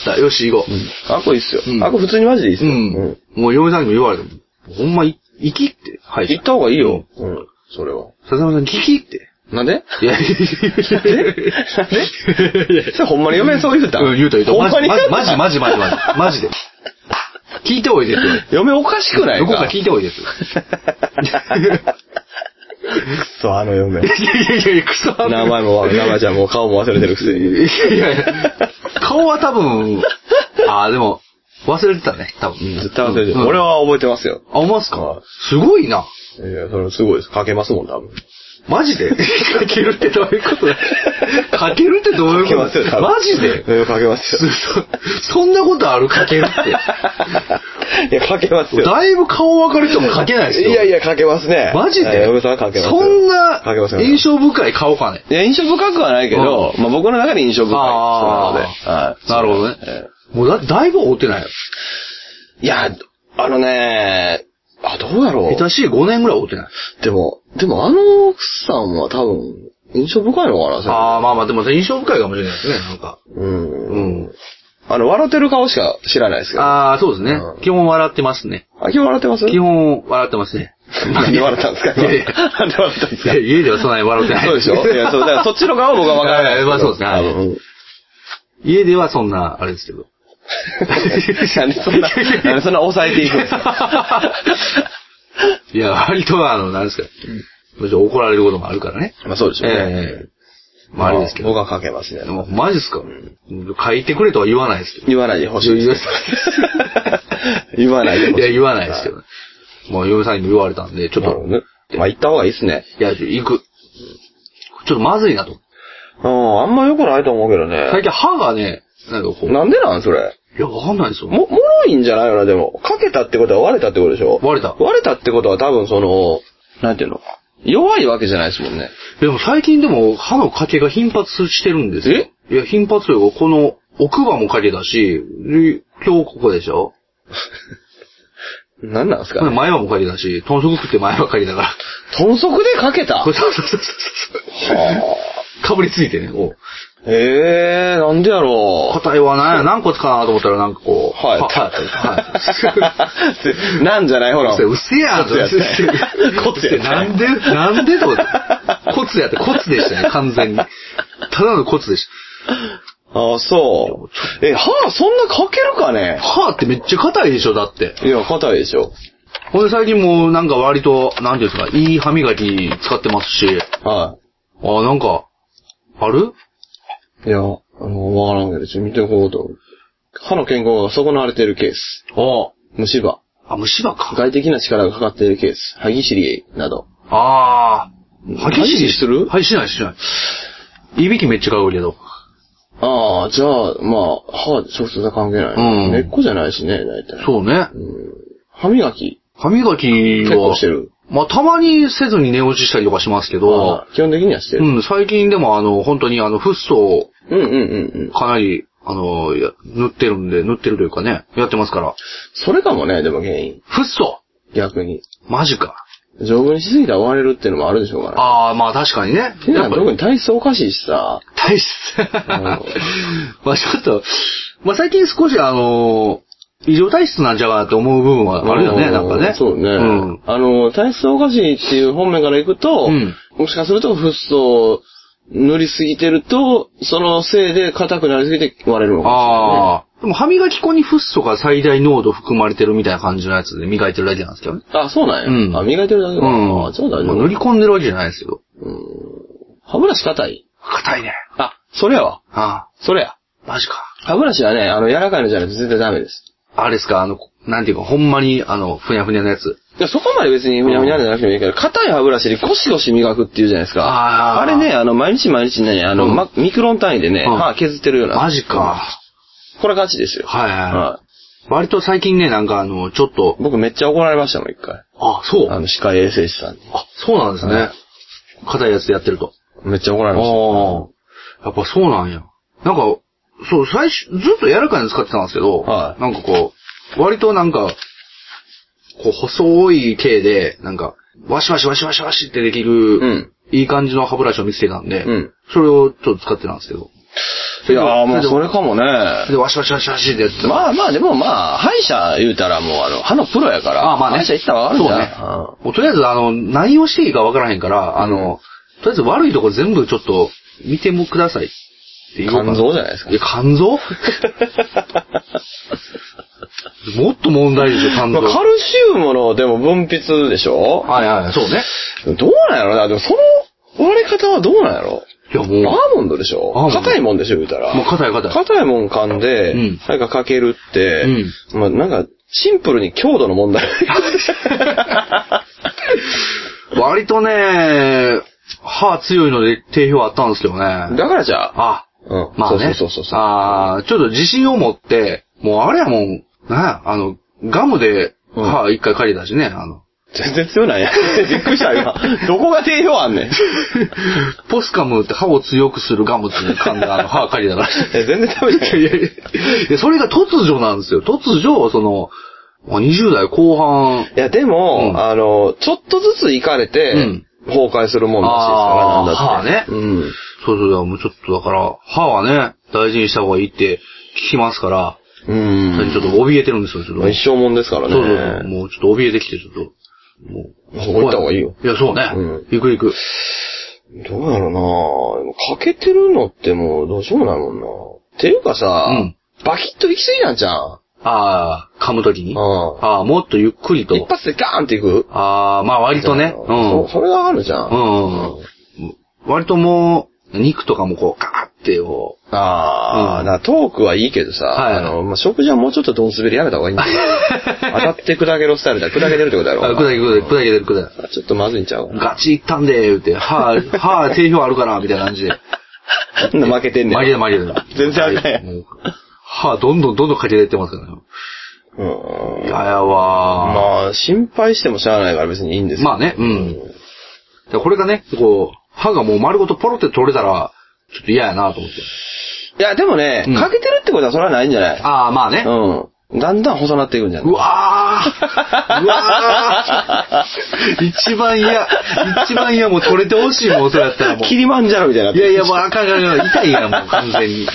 Speaker 1: った。よし、行こ
Speaker 2: あっこいいっすよ。
Speaker 1: うん
Speaker 2: あっこ普通にマジでいいっす
Speaker 1: う。う
Speaker 2: よ。
Speaker 1: ん。もう、嫁さんにも言われたもん。ほんま、い行きって。はい。
Speaker 2: 行った方がいいよ。うん。それは。
Speaker 1: 笹山さん、聞きって。
Speaker 2: なんで
Speaker 1: いや、いや、
Speaker 2: それほんまに嫁そう言うた
Speaker 1: うん、 言うた言うた。
Speaker 2: ほん
Speaker 1: マ
Speaker 2: ま
Speaker 1: ジ、
Speaker 2: に
Speaker 1: マジ、 マジ、マジ、マジ、マジマジで。聞いておいでって言われて。
Speaker 2: 嫁おかしくない
Speaker 1: どこか聞いておいでって。
Speaker 2: くそ、あの嫁。
Speaker 1: いやいやいや、クソあん
Speaker 2: 名前も、名前じゃもう顔も忘れてるくせに。
Speaker 1: いやいやいや、 顔は多 分、ああ、でも、忘れてたね、多分。
Speaker 2: 絶対忘れてる。
Speaker 1: うん
Speaker 2: 俺。は覚えてますよ。
Speaker 1: あ、思います
Speaker 2: は
Speaker 1: か
Speaker 2: い
Speaker 1: すごいな。
Speaker 2: いや、それすごいです。かけますもん、多分。
Speaker 1: マジで かけるってどういうことだ かけるってどういうことだマジで
Speaker 2: いや、かけますよ。
Speaker 1: そそんなことあるかけるっ
Speaker 2: いや、かけます
Speaker 1: て。
Speaker 2: よ。
Speaker 1: だいぶ顔分かる人もかけないですよ。
Speaker 2: いやいや、かけますね。
Speaker 1: マジ
Speaker 2: いや
Speaker 1: で
Speaker 2: 嫁さんはかけますよ。
Speaker 1: そんな
Speaker 2: かけますよ。
Speaker 1: 印象深い顔かね。
Speaker 2: いや、印象深くはないけど、まあ僕の中で印象深い人な
Speaker 1: あ
Speaker 2: ので。はい
Speaker 1: あ、なるほどね
Speaker 2: え。
Speaker 1: もうだだいぶ追ってないよ。
Speaker 2: えいや、あのね、あ、どうやろ
Speaker 1: 下
Speaker 2: う。
Speaker 1: 手しい5年ぐらい追ってない。
Speaker 2: でも、でもあの奥さんは多分、印象深いのかな、それ
Speaker 1: ああ、まあまあ、でも印象深いかもしれないですね、なんか。
Speaker 2: うん。
Speaker 1: うん。
Speaker 2: あの、笑ってる顔しか知らないですけど。あ、
Speaker 1: ああ、そうですね
Speaker 2: う。ん
Speaker 1: 基本笑ってますね。
Speaker 2: 今日笑ってます
Speaker 1: 基本笑ってます ね。
Speaker 2: なんで笑ったんですか
Speaker 1: いやいや
Speaker 2: なんで笑ったんです
Speaker 1: い
Speaker 2: か
Speaker 1: や家ではそんなに笑ってない。
Speaker 2: そうでしょいや、そう、だからそっちの顔は僕は分からない
Speaker 1: い
Speaker 2: け
Speaker 1: や
Speaker 2: ど。
Speaker 1: まあそうですねはい
Speaker 2: 多分
Speaker 1: 家ではそんな、あれですけど。
Speaker 2: なんでそんな、なんでそんな抑えていくんですか
Speaker 1: いや、割とあの、なんですか。むしろ怒られることもあるからね。
Speaker 2: まあそうでしょうね
Speaker 1: ええ。まああれですけ
Speaker 2: 僕
Speaker 1: ど。
Speaker 2: はかけますね。
Speaker 1: でもマジっすか書いてくれとは言わないですけど。
Speaker 2: 言わないでほしいです。 言わないでほしい。
Speaker 1: いや、言わないですけどね。もう嫁さんにも言われたんで、ちょっ
Speaker 2: なるほ
Speaker 1: と
Speaker 2: ど、ね。まあ、行った方がいいっすね。
Speaker 1: いや、行く。ちょっとまずいなと。
Speaker 2: うん、あんま良くないと思うけど
Speaker 1: 最
Speaker 2: ね。
Speaker 1: 近歯がね、なんかこう、
Speaker 2: なんでなんそれ。
Speaker 1: いや、わかんないですよ。
Speaker 2: も、もろいんじゃないよな、でも。かけたってことは割れたってことでしょ
Speaker 1: 割れた
Speaker 2: 割れたってことは多分その、なんていうの弱いわけじゃないですもんね。
Speaker 1: でも最近でも歯の欠けが頻発してるんですよ。いや、頻発よ。この奥歯も欠けだし、で今日ここでしょ
Speaker 2: なんなんですかね。
Speaker 1: 前歯も欠けだし、豚足食って前歯欠けだから。
Speaker 2: 豚足でかけた
Speaker 1: これそうそうそうそうそう。 かぶりついてね、こう。
Speaker 2: ええー、なんでやろう。
Speaker 1: 答えは何や、何個つかなと思ったらなんかこう。
Speaker 2: はい。
Speaker 1: はい。
Speaker 2: い。 なんじゃないほら。
Speaker 1: うっせやん
Speaker 2: コツやってコツやって
Speaker 1: なんでなんでと思って。コツやって、コツでしたね、完全に。ただのコツでし
Speaker 2: ああ、そう。え、歯、そんなかけるかね
Speaker 1: た。歯ってめっちゃ硬いでしょ、だって。
Speaker 2: いや、硬いでしょ。
Speaker 1: ほんで最近もうなんか割と、なんていうんですか、いい歯磨き使ってますし、
Speaker 2: は
Speaker 1: あ、なんか、ある
Speaker 2: い。いや、あの、わからんけど、ちょっと見てこうと。歯の健康が損なわれているケース。
Speaker 1: あ
Speaker 2: 虫歯。
Speaker 1: あ、虫歯か。
Speaker 2: 外的な力がかかっているケース。歯ぎしりなど。
Speaker 1: ああ。
Speaker 2: 歯ぎしりする
Speaker 1: はい、しない、しない。いびきめっちゃかうけど。
Speaker 2: ああ、じゃあ、まあ、歯、直接は関係ない。
Speaker 1: うん
Speaker 2: 根っこじゃないしね、大体。
Speaker 1: そうね。
Speaker 2: 歯磨き、
Speaker 1: 歯磨きは。
Speaker 2: 結構してる。
Speaker 1: まあ、たまにせずに寝落ちしたりとかしますけど
Speaker 2: あ、あ基本的にはして
Speaker 1: う
Speaker 2: る。
Speaker 1: ん、最近でもあの、本当にあの、フッ素を
Speaker 2: うんうんうんうん。
Speaker 1: かなり、あの、や塗ってるんで、塗ってるというかね、やってますから。
Speaker 2: それかもね、でも原因。
Speaker 1: フッ素
Speaker 2: 逆に。
Speaker 1: マジか。
Speaker 2: 丈夫にしすぎたら割れるっていうのもあるでしょうから。
Speaker 1: ああ、まあ確かにね。
Speaker 2: て
Speaker 1: や
Speaker 2: なは
Speaker 1: っぱ
Speaker 2: 特
Speaker 1: り
Speaker 2: に体質おかしいしさ。
Speaker 1: 大切。 まあちょっと、まあ最近少しあの、異常体質なんじゃがって思う部分はあるよね、
Speaker 2: の
Speaker 1: なんかね。
Speaker 2: そうね。
Speaker 1: うん。
Speaker 2: あの、体質おかしいっていう本面からいくと、
Speaker 1: うん
Speaker 2: もしかするとフッ素を塗りすぎてると、そのせいで硬くなりすぎて割れるのかもしれないね。
Speaker 1: ああ、でも歯磨き粉にフッ素が最大濃度含まれてるみたいな感じのやつで磨いてるだけなんですけどね。
Speaker 2: あ、そうなんや。
Speaker 1: うん
Speaker 2: あ、磨いてるだけか。
Speaker 1: うん。
Speaker 2: あ、そうだ
Speaker 1: まあ塗り
Speaker 2: ね。
Speaker 1: 込んでるわけじゃないですけど。
Speaker 2: 歯ブラシ硬い
Speaker 1: 硬いね。
Speaker 2: あ、それやわ。
Speaker 1: あ
Speaker 2: それや。
Speaker 1: あ、マジか。
Speaker 2: 歯ブラシはね、あの、柔らかいのじゃないと絶対ダメです。
Speaker 1: あれですか、あの、なんていうか、ほんまに、あの、ふにゃふにゃのやつ。
Speaker 2: いや、そこまで別にふにゃふにゃじゃなくてもいいけど、硬い歯ブラシでゴシゴシ磨くっていうじゃないですか。
Speaker 1: あー
Speaker 2: あれね、あの、毎日毎日ね、あの、
Speaker 1: うん
Speaker 2: まミクロン単位でね、
Speaker 1: うん
Speaker 2: 歯削ってるような。
Speaker 1: マジか。
Speaker 2: これガチですよ。
Speaker 1: はいはい
Speaker 2: は
Speaker 1: 割と最近ね、なんかあの、ちょっと
Speaker 2: い。、僕めっちゃ怒られましたもん、一回。
Speaker 1: あ、そう。
Speaker 2: あの、歯科衛生士さんに。
Speaker 1: あ、そうなんですね。硬いやつでやってると。
Speaker 2: めっちゃ怒られました。
Speaker 1: ああ。やっぱそうなんや。なんか、そう、最初、ずっと柔らかいの使ってたんですけど、
Speaker 2: はい
Speaker 1: なんかこう、割となんか、こう、細い毛で、なんか、ワシワシワシワシワシってできる、
Speaker 2: うん
Speaker 1: いい感じの歯ブラシを見つけたんで、
Speaker 2: うん
Speaker 1: それをちょっと使ってたんですけど。
Speaker 2: いやーもうそれかもね。
Speaker 1: それでワシワシワシワシってやってた
Speaker 2: まあまあ、でもまあ、歯医者言うたらもうあの、歯のプロやから。
Speaker 1: ああ、まあね。
Speaker 2: 歯医者行ったらわかるんじゃない
Speaker 1: そうね。もうとりあえず、あの、何をしていいかわからへんから、あの、とりあえず悪いとこ全部ちょっと見てもくださいって言おうかな。
Speaker 2: 肝臓じゃないですか
Speaker 1: いや、肝 臓もっと問題ですよ、
Speaker 2: うん
Speaker 1: 肝
Speaker 2: ま
Speaker 1: 臓。
Speaker 2: あカルシウムの、でも分泌でしょ
Speaker 1: はいはい、そうね。
Speaker 2: どうなんやろな。でもその割り方はどうなんやろ
Speaker 1: いや、も
Speaker 2: アーモンドでしょ
Speaker 1: アーモンド
Speaker 2: 硬いもんでしょ言うたら。
Speaker 1: う、もう硬い硬い。
Speaker 2: 硬いもん噛んで、
Speaker 1: うん
Speaker 2: なんかかけるって、まあなんか、シンプルに強度の問 題。
Speaker 1: 割とね、歯強いので定評あったんですけどね。
Speaker 2: だからじゃあ、
Speaker 1: あ、
Speaker 2: うん
Speaker 1: まあね。
Speaker 2: そうそうそうそう
Speaker 1: ああ、ちょっと自信を持って、もうあれやもん、なんや、あの、ガムで歯一回借りたしね、あの、
Speaker 2: 全然強ない やん。びっくりした、今。どこが定評あん ねん。
Speaker 1: ポスカムって歯を強くするガムっていう噛んだあの歯借りたらしい。
Speaker 2: え全然ダメじゃない
Speaker 1: いやいやいやそれが突如なんですよ。突如、その、まあ20代後半、
Speaker 2: いや、でも、
Speaker 1: うん
Speaker 2: あの、ちょっとずつ行かれて、
Speaker 1: うん
Speaker 2: 崩壊するもんらしいですから、
Speaker 1: あー
Speaker 2: なんだって。
Speaker 1: 歯ね
Speaker 2: うん。
Speaker 1: そうそうだ、もうちょっとだから、歯はね、大事にした方がいいって聞きますから、
Speaker 2: うん。
Speaker 1: それにちょっと怯えてるんですよ、ちょっと。
Speaker 2: まあ一生もんですからね。
Speaker 1: そうそうそう。もうちょっと怯えてきて、ちょっと。もう。
Speaker 2: そこ行った方がいいよ。
Speaker 1: いや、そうね。
Speaker 2: うん
Speaker 1: 行く行く。
Speaker 2: どうやろうなでもかけてるのってもうどうしようもないもんなっていうかさ、
Speaker 1: うん
Speaker 2: バキッと行き過ぎなんじゃん。
Speaker 1: ああ、噛むときに。
Speaker 2: う
Speaker 1: ああ、もっとゆっくり
Speaker 2: ん。一
Speaker 1: と。
Speaker 2: 発でガーンっていく
Speaker 1: ああ、まあ割とね。う
Speaker 2: そ
Speaker 1: ん。
Speaker 2: それがあるじゃん。
Speaker 1: うん割ともう、肉とかもこう、ガーってこう。
Speaker 2: ああ、
Speaker 1: うん
Speaker 2: なトークはいいけどさ、
Speaker 1: はい
Speaker 2: あの、まあ、食事はもうちょっとドン滑りやめた方がいいんだよ。当たって砕けろスタイルだ。砕けてるってことだろ。
Speaker 1: あ、砕け砕け、砕けてる砕け
Speaker 2: ちょっとまずいんちゃう
Speaker 1: てる。ガチいったんで、言うて、 はぁ、はぁ、定評あるから、みたいな感じで。
Speaker 2: そんな負けてんねん。
Speaker 1: 紛れ紛れだ。
Speaker 2: 全然あかんやん
Speaker 1: もうはぁ、どんどんどんどんかけてってますからね。
Speaker 2: うん
Speaker 1: いややわ
Speaker 2: まあ、心配してもしゃあないから別にいいんですよ
Speaker 1: まあねうん。ー。これがね、こう、歯がもう丸ごとポロって取れたら、ちょっと嫌やなと思って。
Speaker 2: いや、でもね、
Speaker 1: うん
Speaker 2: かけてるってことはそれはないんじゃない
Speaker 1: ああ、まあね。
Speaker 2: うん。だんだん細なっていくんじゃな
Speaker 1: う
Speaker 2: い
Speaker 1: わーう わー一番嫌。一番嫌もう取れてほしいもん、それやったらもう。
Speaker 2: キリマンジャロみたいになっ
Speaker 1: い
Speaker 2: て
Speaker 1: や
Speaker 2: る
Speaker 1: いや、もうあかんあかんあかん。痛いやん、もう完全に。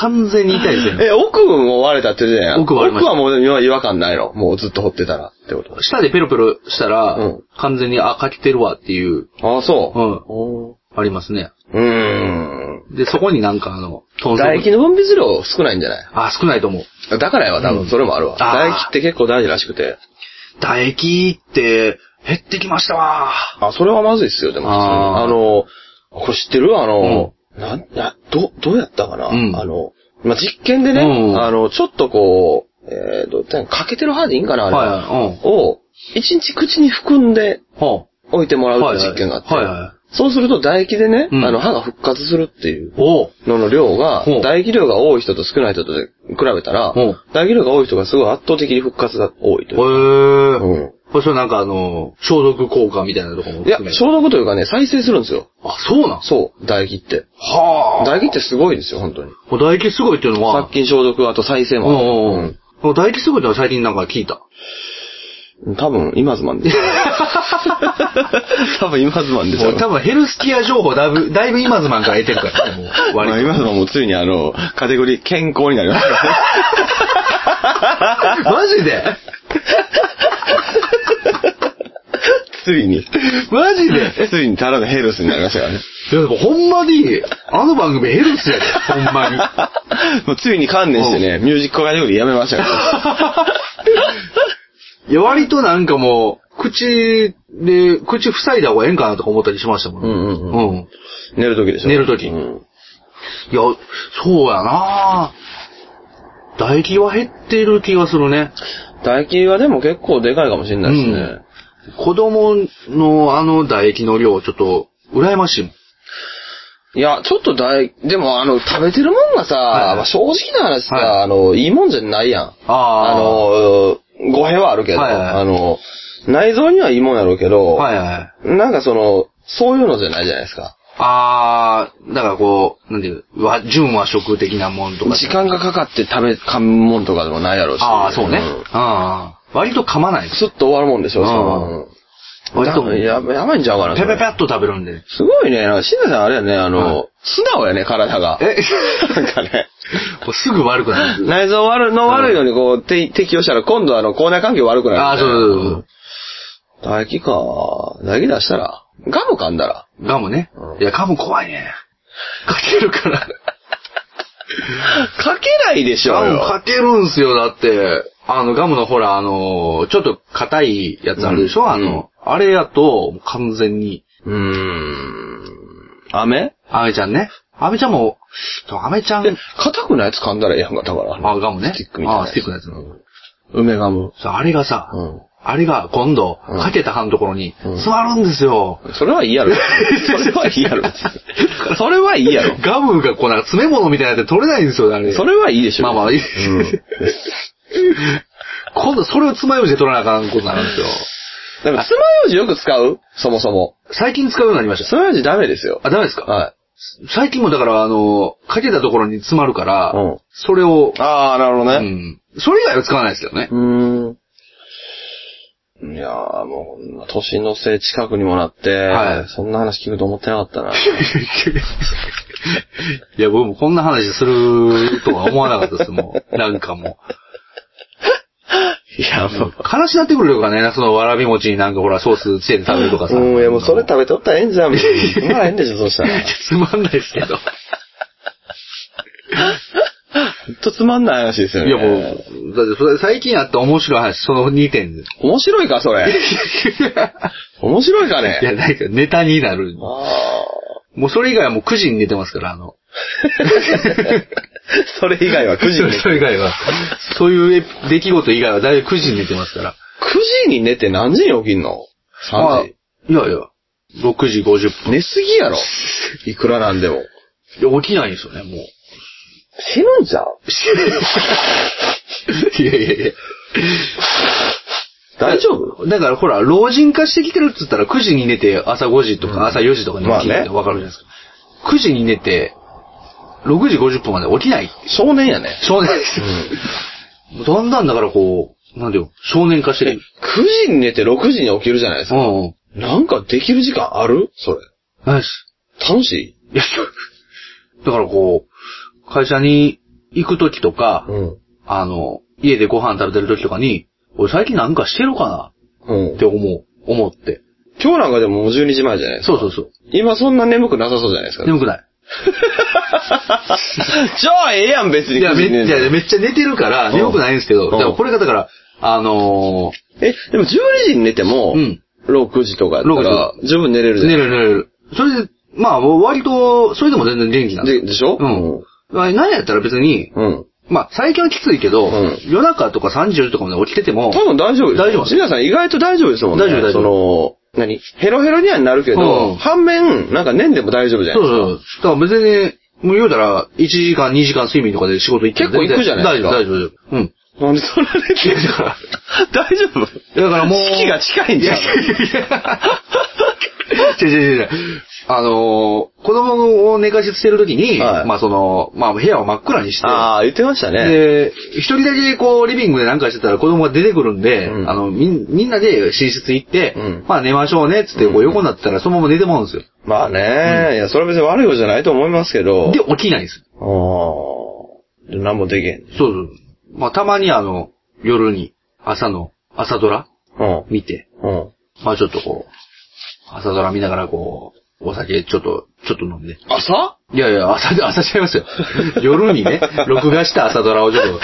Speaker 1: 完全に痛いですよね。
Speaker 2: え、奥も割れたって言うじゃん。
Speaker 1: 奥割れました
Speaker 2: 奥はもう今違和感ないの。もうずっと掘ってたらってこと。
Speaker 1: 舌でペロペロしたら、
Speaker 2: うん
Speaker 1: 完全に、あ、かけてるわっていう、
Speaker 2: ああ、そう。
Speaker 1: うん
Speaker 2: お
Speaker 1: ありますね。
Speaker 2: ーうーん。
Speaker 1: で、そこになんかあの、ト
Speaker 2: 唾液の分泌量少ないんじゃな
Speaker 1: あ、少ないと思う。
Speaker 2: いだからやわ、多分それもあるわ。
Speaker 1: あー
Speaker 2: 唾液って結構大事らしくて。
Speaker 1: 唾液って、減ってきましたわ
Speaker 2: あ、それはまずいっすよ、でも普通に。
Speaker 1: あー
Speaker 2: あの、これ知ってるあの、なん、な、ど、どうやったかな、
Speaker 1: うん
Speaker 2: あの、まあ、実験でね、
Speaker 1: うん
Speaker 2: あの、ちょっとこう、えーと、かけてる歯でいいんかなあれは、
Speaker 1: はいはい
Speaker 2: を、一日口に含んで
Speaker 1: は
Speaker 2: 置いてもら
Speaker 1: あ
Speaker 2: うっていう実験があって、
Speaker 1: はいはいはい。
Speaker 2: そうすると唾液でね、
Speaker 1: うん
Speaker 2: あの、歯が復活するっていう
Speaker 1: おう
Speaker 2: のの量が、
Speaker 1: ほう
Speaker 2: 唾液量が多い人と少ない人とで比べたら、
Speaker 1: ほう
Speaker 2: 唾液量が多い人がすごい圧倒的に復活が多いと
Speaker 1: へ
Speaker 2: いう。
Speaker 1: ー。
Speaker 2: うん
Speaker 1: これそれなんかあの、消毒効果みたいなとこも
Speaker 2: いや
Speaker 1: 含め、て
Speaker 2: 消毒というかね、再生するんですよ。
Speaker 1: あ、そうなん
Speaker 2: そう、唾液って。
Speaker 1: は
Speaker 2: 唾
Speaker 1: 唾
Speaker 2: 液ってすごいですよ、本当に。
Speaker 1: 液唾液すごいっていうのは、
Speaker 2: 殺菌消毒、あと再生
Speaker 1: うんうん
Speaker 2: も。
Speaker 1: うん。唾液すごいってのは最近なんか聞いた。
Speaker 2: うん多分、今ズマンです。 多分、今ズマンです
Speaker 1: も
Speaker 2: よ
Speaker 1: う。多分ヘルスケア情報だいぶ、だいぶ今ズマンから得てるからね、も う
Speaker 2: まあ、
Speaker 1: 割と。
Speaker 2: 今ズマンもついにあの、カテゴリー健康になりました。
Speaker 1: マジで
Speaker 2: ついに。
Speaker 1: マジで
Speaker 2: ついにただのヘルスになりました からね。
Speaker 1: いや、でもほんまに、あの番組ヘルスやで、ほんまに。
Speaker 2: もうついに観念してね、ミュージックコガリオリやめましたから。
Speaker 1: いや、割となんかもう、口で、口塞いだ方がええんかなとか思ったりしましたもんね。
Speaker 2: うんうん
Speaker 1: うん。い
Speaker 2: 寝る時でしょ。
Speaker 1: 寝る時
Speaker 2: うん。
Speaker 1: や、そうやな唾液は減ってる気がするね。
Speaker 2: 唾液はでも結構でかいかもしれないですね。
Speaker 1: うん子供のあの唾液の量、ちょっと、羨ましいもん。
Speaker 2: いや、ちょっとだい、でもあの、食べてるもんがさ、
Speaker 1: はい
Speaker 2: まあ正直な話さ、
Speaker 1: はい
Speaker 2: あの、いいもんじゃないやん。
Speaker 1: ああ
Speaker 2: あの、語弊はあるけど、
Speaker 1: はいはい
Speaker 2: あの、内臓にはいいもんやろうけど、
Speaker 1: はいはい。
Speaker 2: なんかその、そういうのじゃないじゃないですか。
Speaker 1: あー、だからこう、なんていう、和純和食的なもんとか。
Speaker 2: 時間がかかって食べ、噛むもんとかでもないやろうし。
Speaker 1: あー、そうね。
Speaker 2: ん
Speaker 1: あー割と噛まないです。
Speaker 2: スッと終わるもんでしょ、そ
Speaker 1: うん
Speaker 2: の
Speaker 1: 割と、
Speaker 2: だ
Speaker 1: ペ
Speaker 2: やばやばいんちゃうかな。
Speaker 1: ペペ
Speaker 2: それ
Speaker 1: ッと食べるんで。
Speaker 2: すごいね、なんか、しんさんあれやね、あの、
Speaker 1: は
Speaker 2: 素直やね、体が。
Speaker 1: え
Speaker 2: なんかね、
Speaker 1: こうすぐ悪くなる。
Speaker 2: 内臓悪の悪いのにこう、て適応したら今度あの、口内環境悪くなる、
Speaker 1: あー、そうそうそうそう。
Speaker 2: 唾液か。唾液出したら。ガム噛んだら。
Speaker 1: ガムね。いや、ガム怖いね。かけるから。
Speaker 2: かけないでしょ
Speaker 1: ガ
Speaker 2: う
Speaker 1: ム
Speaker 2: よ。
Speaker 1: かけるんすよ、だって。あの、ガムのほら、あの、ちょっと硬いやつあるでしょ、
Speaker 2: うん
Speaker 1: あの、あれやと、完全に。
Speaker 2: うーん。飴
Speaker 1: アメちゃんね。アメちゃんも、アメちゃん
Speaker 2: で、、硬くないやつ噛んだらええやんか、だから。
Speaker 1: あ、ガムね。
Speaker 2: スティックみたいなや
Speaker 1: あ、
Speaker 2: つ。
Speaker 1: スティックのやつの。
Speaker 2: 梅ガム。
Speaker 1: そうあれがさ、
Speaker 2: うん
Speaker 1: あれが今度、
Speaker 2: うん
Speaker 1: かけた歯のところに
Speaker 2: うん、
Speaker 1: 座るんですよ。
Speaker 2: それはいいや ろ。それはいいやろ。それはいいやろ。
Speaker 1: ガムがこうなんか詰め物みたいなやつで取れないんですよ、あれ。
Speaker 2: それはいいでしょ。
Speaker 1: まあまあいい
Speaker 2: うん
Speaker 1: 今度それを爪楊枝で取らなあかんことになるんですよ。
Speaker 2: でも、爪楊枝よく使うそもそも。
Speaker 1: 最近使うようになりました。
Speaker 2: 爪楊枝ダメですよ。
Speaker 1: あ、ダメですか
Speaker 2: はい。
Speaker 1: 最近もだから、あの、かけたところに詰まるから、
Speaker 2: うん
Speaker 1: それを、
Speaker 2: ああ、なるほ
Speaker 1: う
Speaker 2: どね。
Speaker 1: ん。それ以外は使わないですけどね。
Speaker 2: うーん。いやーもうこんな、年のせい近くにもなって、
Speaker 1: はい
Speaker 2: そんな話聞くと思ってなかった な。
Speaker 1: いや、僕もこんな話するとは思わなかったです、もう。なんかも
Speaker 2: いや、も
Speaker 1: う。悲しなってくるとかね、そのわらび餅になんかほら、ソースつけて食べるとかさ。
Speaker 2: うん、いやもうそれ食べとったらええんじ ゃん。つまらへんでしょ、そうしたら。
Speaker 1: つまんないですけ ど。
Speaker 2: ほんとつまんない話ですよ
Speaker 1: い
Speaker 2: ね。
Speaker 1: やもう、だってそれ最近あった面白い話、その2点です。
Speaker 2: 面白いか、そ れ。面白いかね。
Speaker 1: いや、なんかネタになる。
Speaker 2: あ
Speaker 1: もうそれ以外はもう9時に寝てますから、あの。
Speaker 2: ー それ以外は9時に寝
Speaker 1: そ
Speaker 2: て。
Speaker 1: れ以外は。そういう出来事以外は大体9時に寝てますから。
Speaker 2: 9時に寝て何時に起きんの ?3 時。
Speaker 1: あいやいや、6時50分。
Speaker 2: 寝すぎやろ。いくらなんでも。
Speaker 1: いや、起きないんですよね、も う。
Speaker 2: 死ぬんじゃん
Speaker 1: いやいやいや。
Speaker 2: 大丈夫
Speaker 1: だからほら、老人化してきてるっつったら9時に寝て朝5時とか朝4時とかに起きるって
Speaker 2: ま
Speaker 1: わかるじゃないですか。9時に寝て、6時50分まで起きない
Speaker 2: 少年やね。
Speaker 1: 少年です。だんだんだからこう、なんだよ、少年化して
Speaker 2: え、9
Speaker 1: る。
Speaker 2: 時に寝て6時に起きるじゃないです
Speaker 1: う
Speaker 2: か。
Speaker 1: ん。
Speaker 2: なんかできる時間あるそれ。
Speaker 1: ナイス。
Speaker 2: 楽し
Speaker 1: いやだからこう、会社に行くときとか、
Speaker 2: いん。
Speaker 1: あの、家でご飯食べてるときとかに、俺最近なんかしてるか
Speaker 2: うん
Speaker 1: なって。思う、思って。
Speaker 2: 今日なんかでももう12時前じゃないですか。
Speaker 1: そうそうそう。
Speaker 2: 今そんな眠くなさそうじゃないですか。
Speaker 1: 眠くない。
Speaker 2: じゃあええやん別に。
Speaker 1: いや、めっちゃ、
Speaker 2: ゃ。
Speaker 1: めっちゃ寝てるから、
Speaker 2: うん
Speaker 1: 眠くないんですけ
Speaker 2: う
Speaker 1: ど、
Speaker 2: ん
Speaker 1: だからこれがだから、あの
Speaker 2: え、でも12時に寝ても、
Speaker 1: うん
Speaker 2: 6時とかだったら
Speaker 1: 6
Speaker 2: 十分寝れる
Speaker 1: ー
Speaker 2: じ
Speaker 1: 寝
Speaker 2: ゃ
Speaker 1: る
Speaker 2: ん。
Speaker 1: 寝る。それで、まあ、割と、それでも全然元気なん
Speaker 2: で、でしょ
Speaker 1: うん。まあ何やったら別に、
Speaker 2: うん。うん。
Speaker 1: まあ、最近はきついけど、
Speaker 2: ん
Speaker 1: 夜中とか3 0時とかまで起きてても、
Speaker 2: 多分大丈夫です。
Speaker 1: 大丈夫
Speaker 2: 皆さん意外と大丈夫ですもんね。
Speaker 1: 大丈夫大丈夫
Speaker 2: その、何ヘロヘロにはなるけ
Speaker 1: う
Speaker 2: ど、
Speaker 1: ん
Speaker 2: 反面、なんか寝んでも大丈夫じゃない
Speaker 1: そう
Speaker 2: ですか。
Speaker 1: そうそう。だから別に、もう言うたら、1時間、2時間睡眠とかで仕事行っても
Speaker 2: 結構行くじゃないですか
Speaker 1: 大丈夫、大丈夫。うん。
Speaker 2: なんでそんな寝てるから。大丈夫
Speaker 1: だからもう。
Speaker 2: 月が近いん
Speaker 1: い
Speaker 2: じゃ
Speaker 1: や
Speaker 2: ん
Speaker 1: い。やいや。違う違う違う違う。あのー子供を寝かしつけるときに、
Speaker 2: はい
Speaker 1: まあその、まあ部屋を真っ暗にして、
Speaker 2: ああ、言ってましたね。
Speaker 1: で、一人だけこう、リビングでなんかしてたら子供が出てくるんで、
Speaker 2: うん
Speaker 1: あの、みん、みんなで寝室行って、
Speaker 2: うん
Speaker 1: まあ寝ましょうね、つってこう横になってたらそのまま寝てまうんですよ。
Speaker 2: まあね、いや、それは別に悪いことじゃないと思いますけど。
Speaker 1: で、起きないんですよ。
Speaker 2: ああ。で、何もできへん。
Speaker 1: そうそう。まあたまにあの、夜に、朝の、朝ドラ
Speaker 2: うん。
Speaker 1: 見て、
Speaker 2: うん。
Speaker 1: まあちょっとこう、朝ドラ見ながらこう、お酒ちょっと、ちょっと飲んで。
Speaker 2: 朝
Speaker 1: いやいや、朝で、 朝ちゃいますよ。夜に ね、録画した朝ドラをちょっと、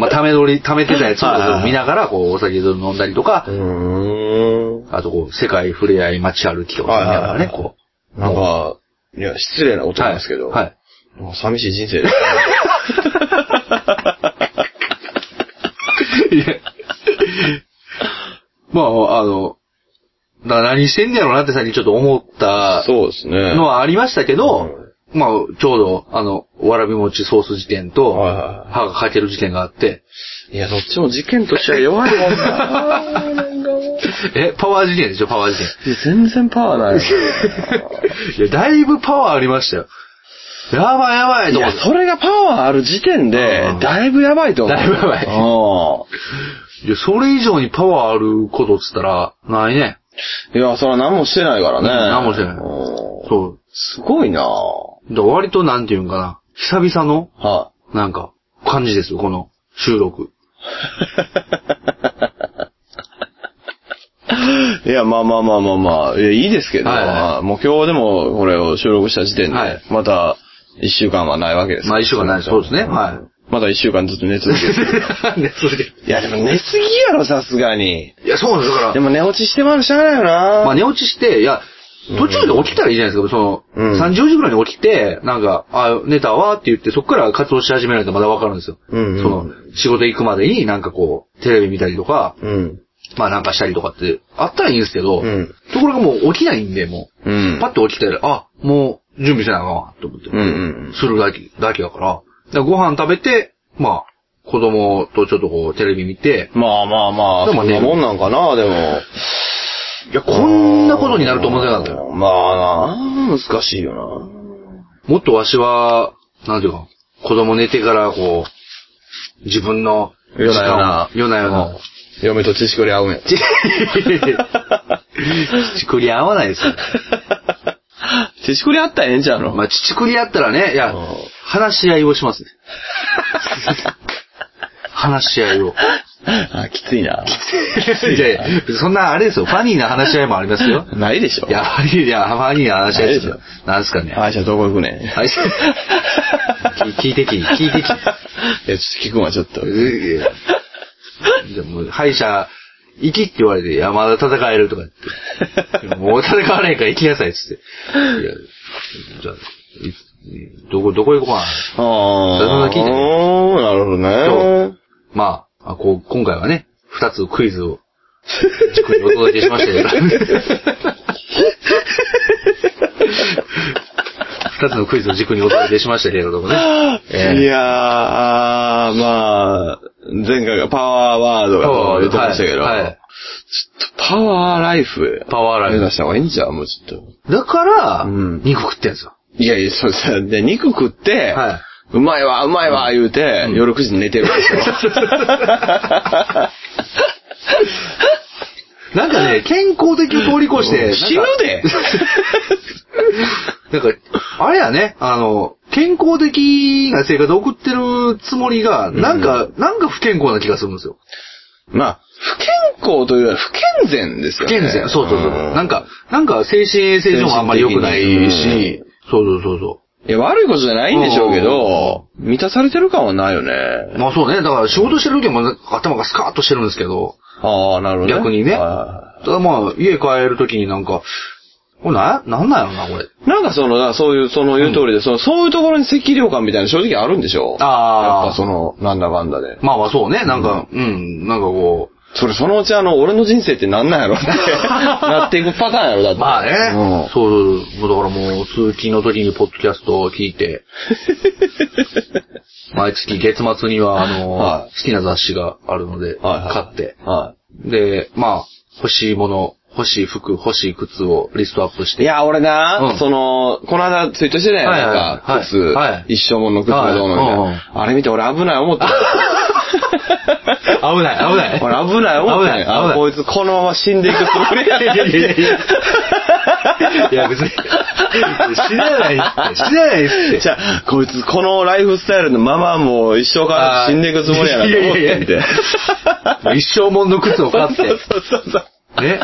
Speaker 1: まあ、ため撮り、ためてたやつを見ながら、こう、お酒を飲んだりとか
Speaker 2: う、ーん。
Speaker 1: あとこう、世界ふれあい街歩きとか見ながらね、
Speaker 2: はいはいはい
Speaker 1: こ
Speaker 2: なんか、いや、失礼なこと
Speaker 1: う。
Speaker 2: な
Speaker 1: はい。
Speaker 2: んですけど、
Speaker 1: はい。
Speaker 2: もう寂しい人生です。
Speaker 1: い やまあ、あの、な何してんねやろなってさっきちょっと思った
Speaker 2: そうですね。
Speaker 1: のはありましたけど、まあ、ちょうど、あの、わらび餅ソース事件と、
Speaker 2: はいはいはい
Speaker 1: 歯が欠ける事件があって、
Speaker 2: いや、どっちも事件としては弱いもんな
Speaker 1: え、パワー事件でしょ、パワー事件。
Speaker 2: いや全然パワーない。
Speaker 1: いや、だいぶパワーありましたよ。やばいやばい
Speaker 2: い
Speaker 1: と思っ
Speaker 2: や、
Speaker 1: て。
Speaker 2: それがパワーある時点で
Speaker 1: うん、
Speaker 2: だいぶやばいと思う。
Speaker 1: だいぶやばい
Speaker 2: い。
Speaker 1: いや、それ以上にパワーあることっつったら、ないね。
Speaker 2: いや、それは何もしてないからね。
Speaker 1: 何もしてない
Speaker 2: うん
Speaker 1: そ
Speaker 2: すごいなぁ。
Speaker 1: う。だから割となんていうんかな。久々の、
Speaker 2: は
Speaker 1: なんか、感じですよ、この収録。
Speaker 2: い。いや、まあまあまあまあまあ、いや、いいですけど、
Speaker 1: はいはい
Speaker 2: まあもう今日でもこれを収録した時点で
Speaker 1: はい、
Speaker 2: また一週間はないわけですから。。
Speaker 1: まあ一週間ないそうですねはい
Speaker 2: また一週間ずっと寝続けて。
Speaker 1: ね、それで。
Speaker 2: いや、でも寝すぎやろ、さすがに。
Speaker 1: いや、そうなんですだか
Speaker 2: でも寝落ちしてまうしゃあないよな
Speaker 1: ら、まあ寝落ちして、いや、途中で起きたらいいじゃないですか、その、
Speaker 2: うん
Speaker 1: 30時ぐらいに起きて、なんか、あ、寝たわーって言って、そこから活動し始めないとまだわかるんですよ。
Speaker 2: うんうん
Speaker 1: その、仕事行くまでになんかこう、テレビ見たりとか、
Speaker 2: うん。
Speaker 1: まあなんかしたりとかって、あったらいいんですけど、
Speaker 2: うん
Speaker 1: ところがもう起きないんで、も
Speaker 2: う
Speaker 1: う、
Speaker 2: ん。
Speaker 1: パッと起きて、あ、もう準備せなあかんわ、と思って、
Speaker 2: うんうん
Speaker 1: するだけ、だけだから、だからご飯食べて、まあ、子供とちょっとこう、テレビ見て、
Speaker 2: うん。まあまあまあ、
Speaker 1: でも
Speaker 2: そん
Speaker 1: ね
Speaker 2: なもんなんかな、でも。
Speaker 1: いや、こんなことになると思ってなかったよ。
Speaker 2: よ。まあな、難しいよな。
Speaker 1: もっとわしは、なんていうか、子供寝てからこう、自分の
Speaker 2: 夜な
Speaker 1: 時間
Speaker 2: 夜な
Speaker 1: を夜な夜な。
Speaker 2: 嫁と知識より合うんや。
Speaker 1: ち乳くり合わないですよ。
Speaker 2: 知識より合ったらええんちゃうの
Speaker 1: まあ、乳くり合ったらね、いや
Speaker 2: うん、
Speaker 1: 話し合いをします ね。話し合いを。
Speaker 2: あ、きついな。
Speaker 1: いやいや、そんなあれですよ。ファニーな話し合いもありますよ。
Speaker 2: ないでしょ
Speaker 1: いや、ファニー、いや、ファニーな話し合いです
Speaker 2: あ
Speaker 1: よ
Speaker 2: れ。
Speaker 1: なんすかね。
Speaker 2: あいしゃどこ行くねん。い
Speaker 1: はい。聞いてき、 聞いてき。
Speaker 2: や、知識くんはちょっと。
Speaker 1: いやじゃあもう歯医者、行きって言われて、いや、まだ戦えるとか言って。もう戦われへんから行きなさいっつって。いや、じゃあ、いどこ、どこ行こうか
Speaker 2: あ
Speaker 1: そんな聞いてない
Speaker 2: おーなるほどね。
Speaker 1: な。まあ、あこう今回はね、二つクイズを、自分にお届けしましたけど。 二つのクイズを軸にお届けしましたけれどもね。 ええ
Speaker 2: いやー、あーまあ、前回がパワーワードがどう言ってましたけど、
Speaker 1: はいはい
Speaker 2: パワーライフ。
Speaker 1: パワーライフ
Speaker 2: 目指した方がいいんじゃん、もうちょっと。
Speaker 1: だから、
Speaker 2: うん
Speaker 1: 肉食ってんすよ。
Speaker 2: いやいや、そうさ、で、肉食って、
Speaker 1: はいう
Speaker 2: まいわ、うまいわ、言うて、
Speaker 1: うん
Speaker 2: 夜9時に寝 てるんですよ。
Speaker 1: なんかね、健康的を通り越して、
Speaker 2: 死ぬで
Speaker 1: なんか、あれやね、あの、健康的な生活を送ってるつもりが、なんか、なんか不健康な気がするんですよ。
Speaker 2: まあ、不健康というよりは不健全です
Speaker 1: 不
Speaker 2: よね。
Speaker 1: 健全。そうそうそう。
Speaker 2: ん
Speaker 1: なん、か、なんか精神衛生上もあんまり良くない
Speaker 2: 精神的
Speaker 1: し、そうそうそうそ
Speaker 2: いや、悪いことじゃないんでしょうけど、満たされてる感はないよね。
Speaker 1: う。まあそうね、だから仕事してる時もなんか頭がスカーッとしてるんですけど、
Speaker 2: ああ、なるほど、ね。
Speaker 1: 逆にね。
Speaker 2: は
Speaker 1: ただまあ、家帰る時になんか、これな、なんなんやろな、これ。
Speaker 2: いなんかその、だからそういう、その言う通りで、その、そういうところに赤量感みたいなの正直あるんでしょ
Speaker 1: あー
Speaker 2: やっぱその、なんだかんだで。
Speaker 1: まあまあそうね、なんか、うん、なんかこう、
Speaker 2: それそのうちあの、俺の人生ってなんなんやろ ってなっていくパターンやろ、だって。
Speaker 1: まあね。
Speaker 2: う
Speaker 1: そう
Speaker 2: ん
Speaker 1: そう。もうだからもう、通勤の時にポッドキャストを聞い て、毎月月末には、あの、
Speaker 2: はい
Speaker 1: 好きな雑誌があるので、
Speaker 2: はいはい
Speaker 1: 買って、
Speaker 2: は
Speaker 1: で、まあ、欲しいもの、欲しい服、欲しい靴をリストアップし
Speaker 2: い。
Speaker 1: て。
Speaker 2: いや、俺な、
Speaker 1: うん
Speaker 2: その、この間ツイートしてたやん、
Speaker 1: はいはい
Speaker 2: なん
Speaker 1: は
Speaker 2: か、
Speaker 1: い
Speaker 2: 靴、
Speaker 1: はい
Speaker 2: 一生ものの靴がどうのみたい
Speaker 1: は
Speaker 2: な、
Speaker 1: いうんうん
Speaker 2: あれ見て俺危ない思った。
Speaker 1: 危ない、危ない。
Speaker 2: 俺危ない思った。
Speaker 1: 危ない危ない
Speaker 2: あこいつこのまま死んでいくつもりや
Speaker 1: いやいやいやいや。いや、別に、死なないって、死なないって。
Speaker 2: じゃあ、こいつこのライフスタイルのままもう一生から死んでいくつもりやなと思ってん
Speaker 1: いやいや
Speaker 2: て
Speaker 1: い。や一生もんの靴を買って。
Speaker 2: そうそうそうそう。
Speaker 1: ね。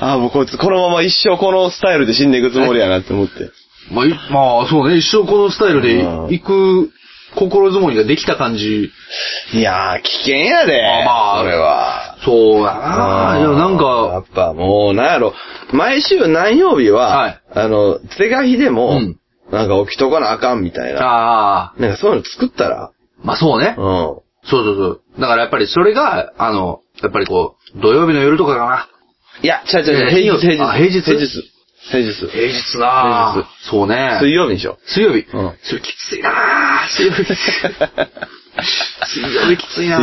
Speaker 2: あ、もうこいつこのまま一生このスタイルで死んでいくつもりやなって思って。
Speaker 1: まあ、いまあ、そうね、一生このスタイルで
Speaker 2: うん
Speaker 1: 行く心づもりができた感じ。
Speaker 2: いやー、危険やで。
Speaker 1: まあ
Speaker 2: それは。
Speaker 1: そうやな。いや、なん
Speaker 2: や
Speaker 1: か
Speaker 2: っ、ぱもう、なんやろ。毎週何曜日は、
Speaker 1: はい
Speaker 2: あの、是が非でも、
Speaker 1: うん
Speaker 2: なんか起きとかなあかんみたいな。
Speaker 1: ああ、
Speaker 2: なんかそういうの作ったら、
Speaker 1: まあそうね
Speaker 2: う。ん。
Speaker 1: そうそうそう。だからやっぱりそれが、あの、やっぱりこう、土曜日の夜とかかな。
Speaker 2: いや、違う違う違う、
Speaker 1: えー
Speaker 2: 平日、平日。
Speaker 1: あ平日
Speaker 2: 平日。平日。
Speaker 1: 平日な
Speaker 2: 平
Speaker 1: 日。そうね。
Speaker 2: 水曜日でしょ。
Speaker 1: 水曜日。
Speaker 2: うん
Speaker 1: 水曜日きついなぁ。水曜日。水曜日きついな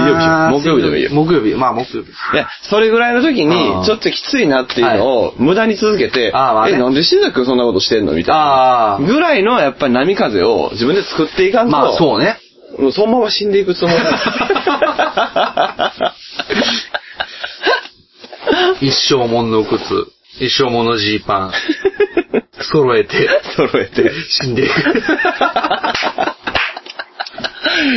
Speaker 1: ぁ。
Speaker 2: 水曜日でしょ木曜日でも
Speaker 1: 木曜日。まあ木曜日。
Speaker 2: いや、それぐらいの時
Speaker 1: あ
Speaker 2: に
Speaker 1: ー、
Speaker 2: ちょっときついなっていうのを、無駄に続けて、
Speaker 1: あーまあね
Speaker 2: え、なんで新くんそんなことしてんのみたい
Speaker 1: あー
Speaker 2: な。ぐらいの、やっぱり波風を自分で作っていかんと、
Speaker 1: まあそうね。
Speaker 2: もうそのまま死んでいくつもり。
Speaker 1: 一生もんの靴。一生もんのジーパ ン。 揃えて、
Speaker 2: 揃えて。
Speaker 1: 死んでいく。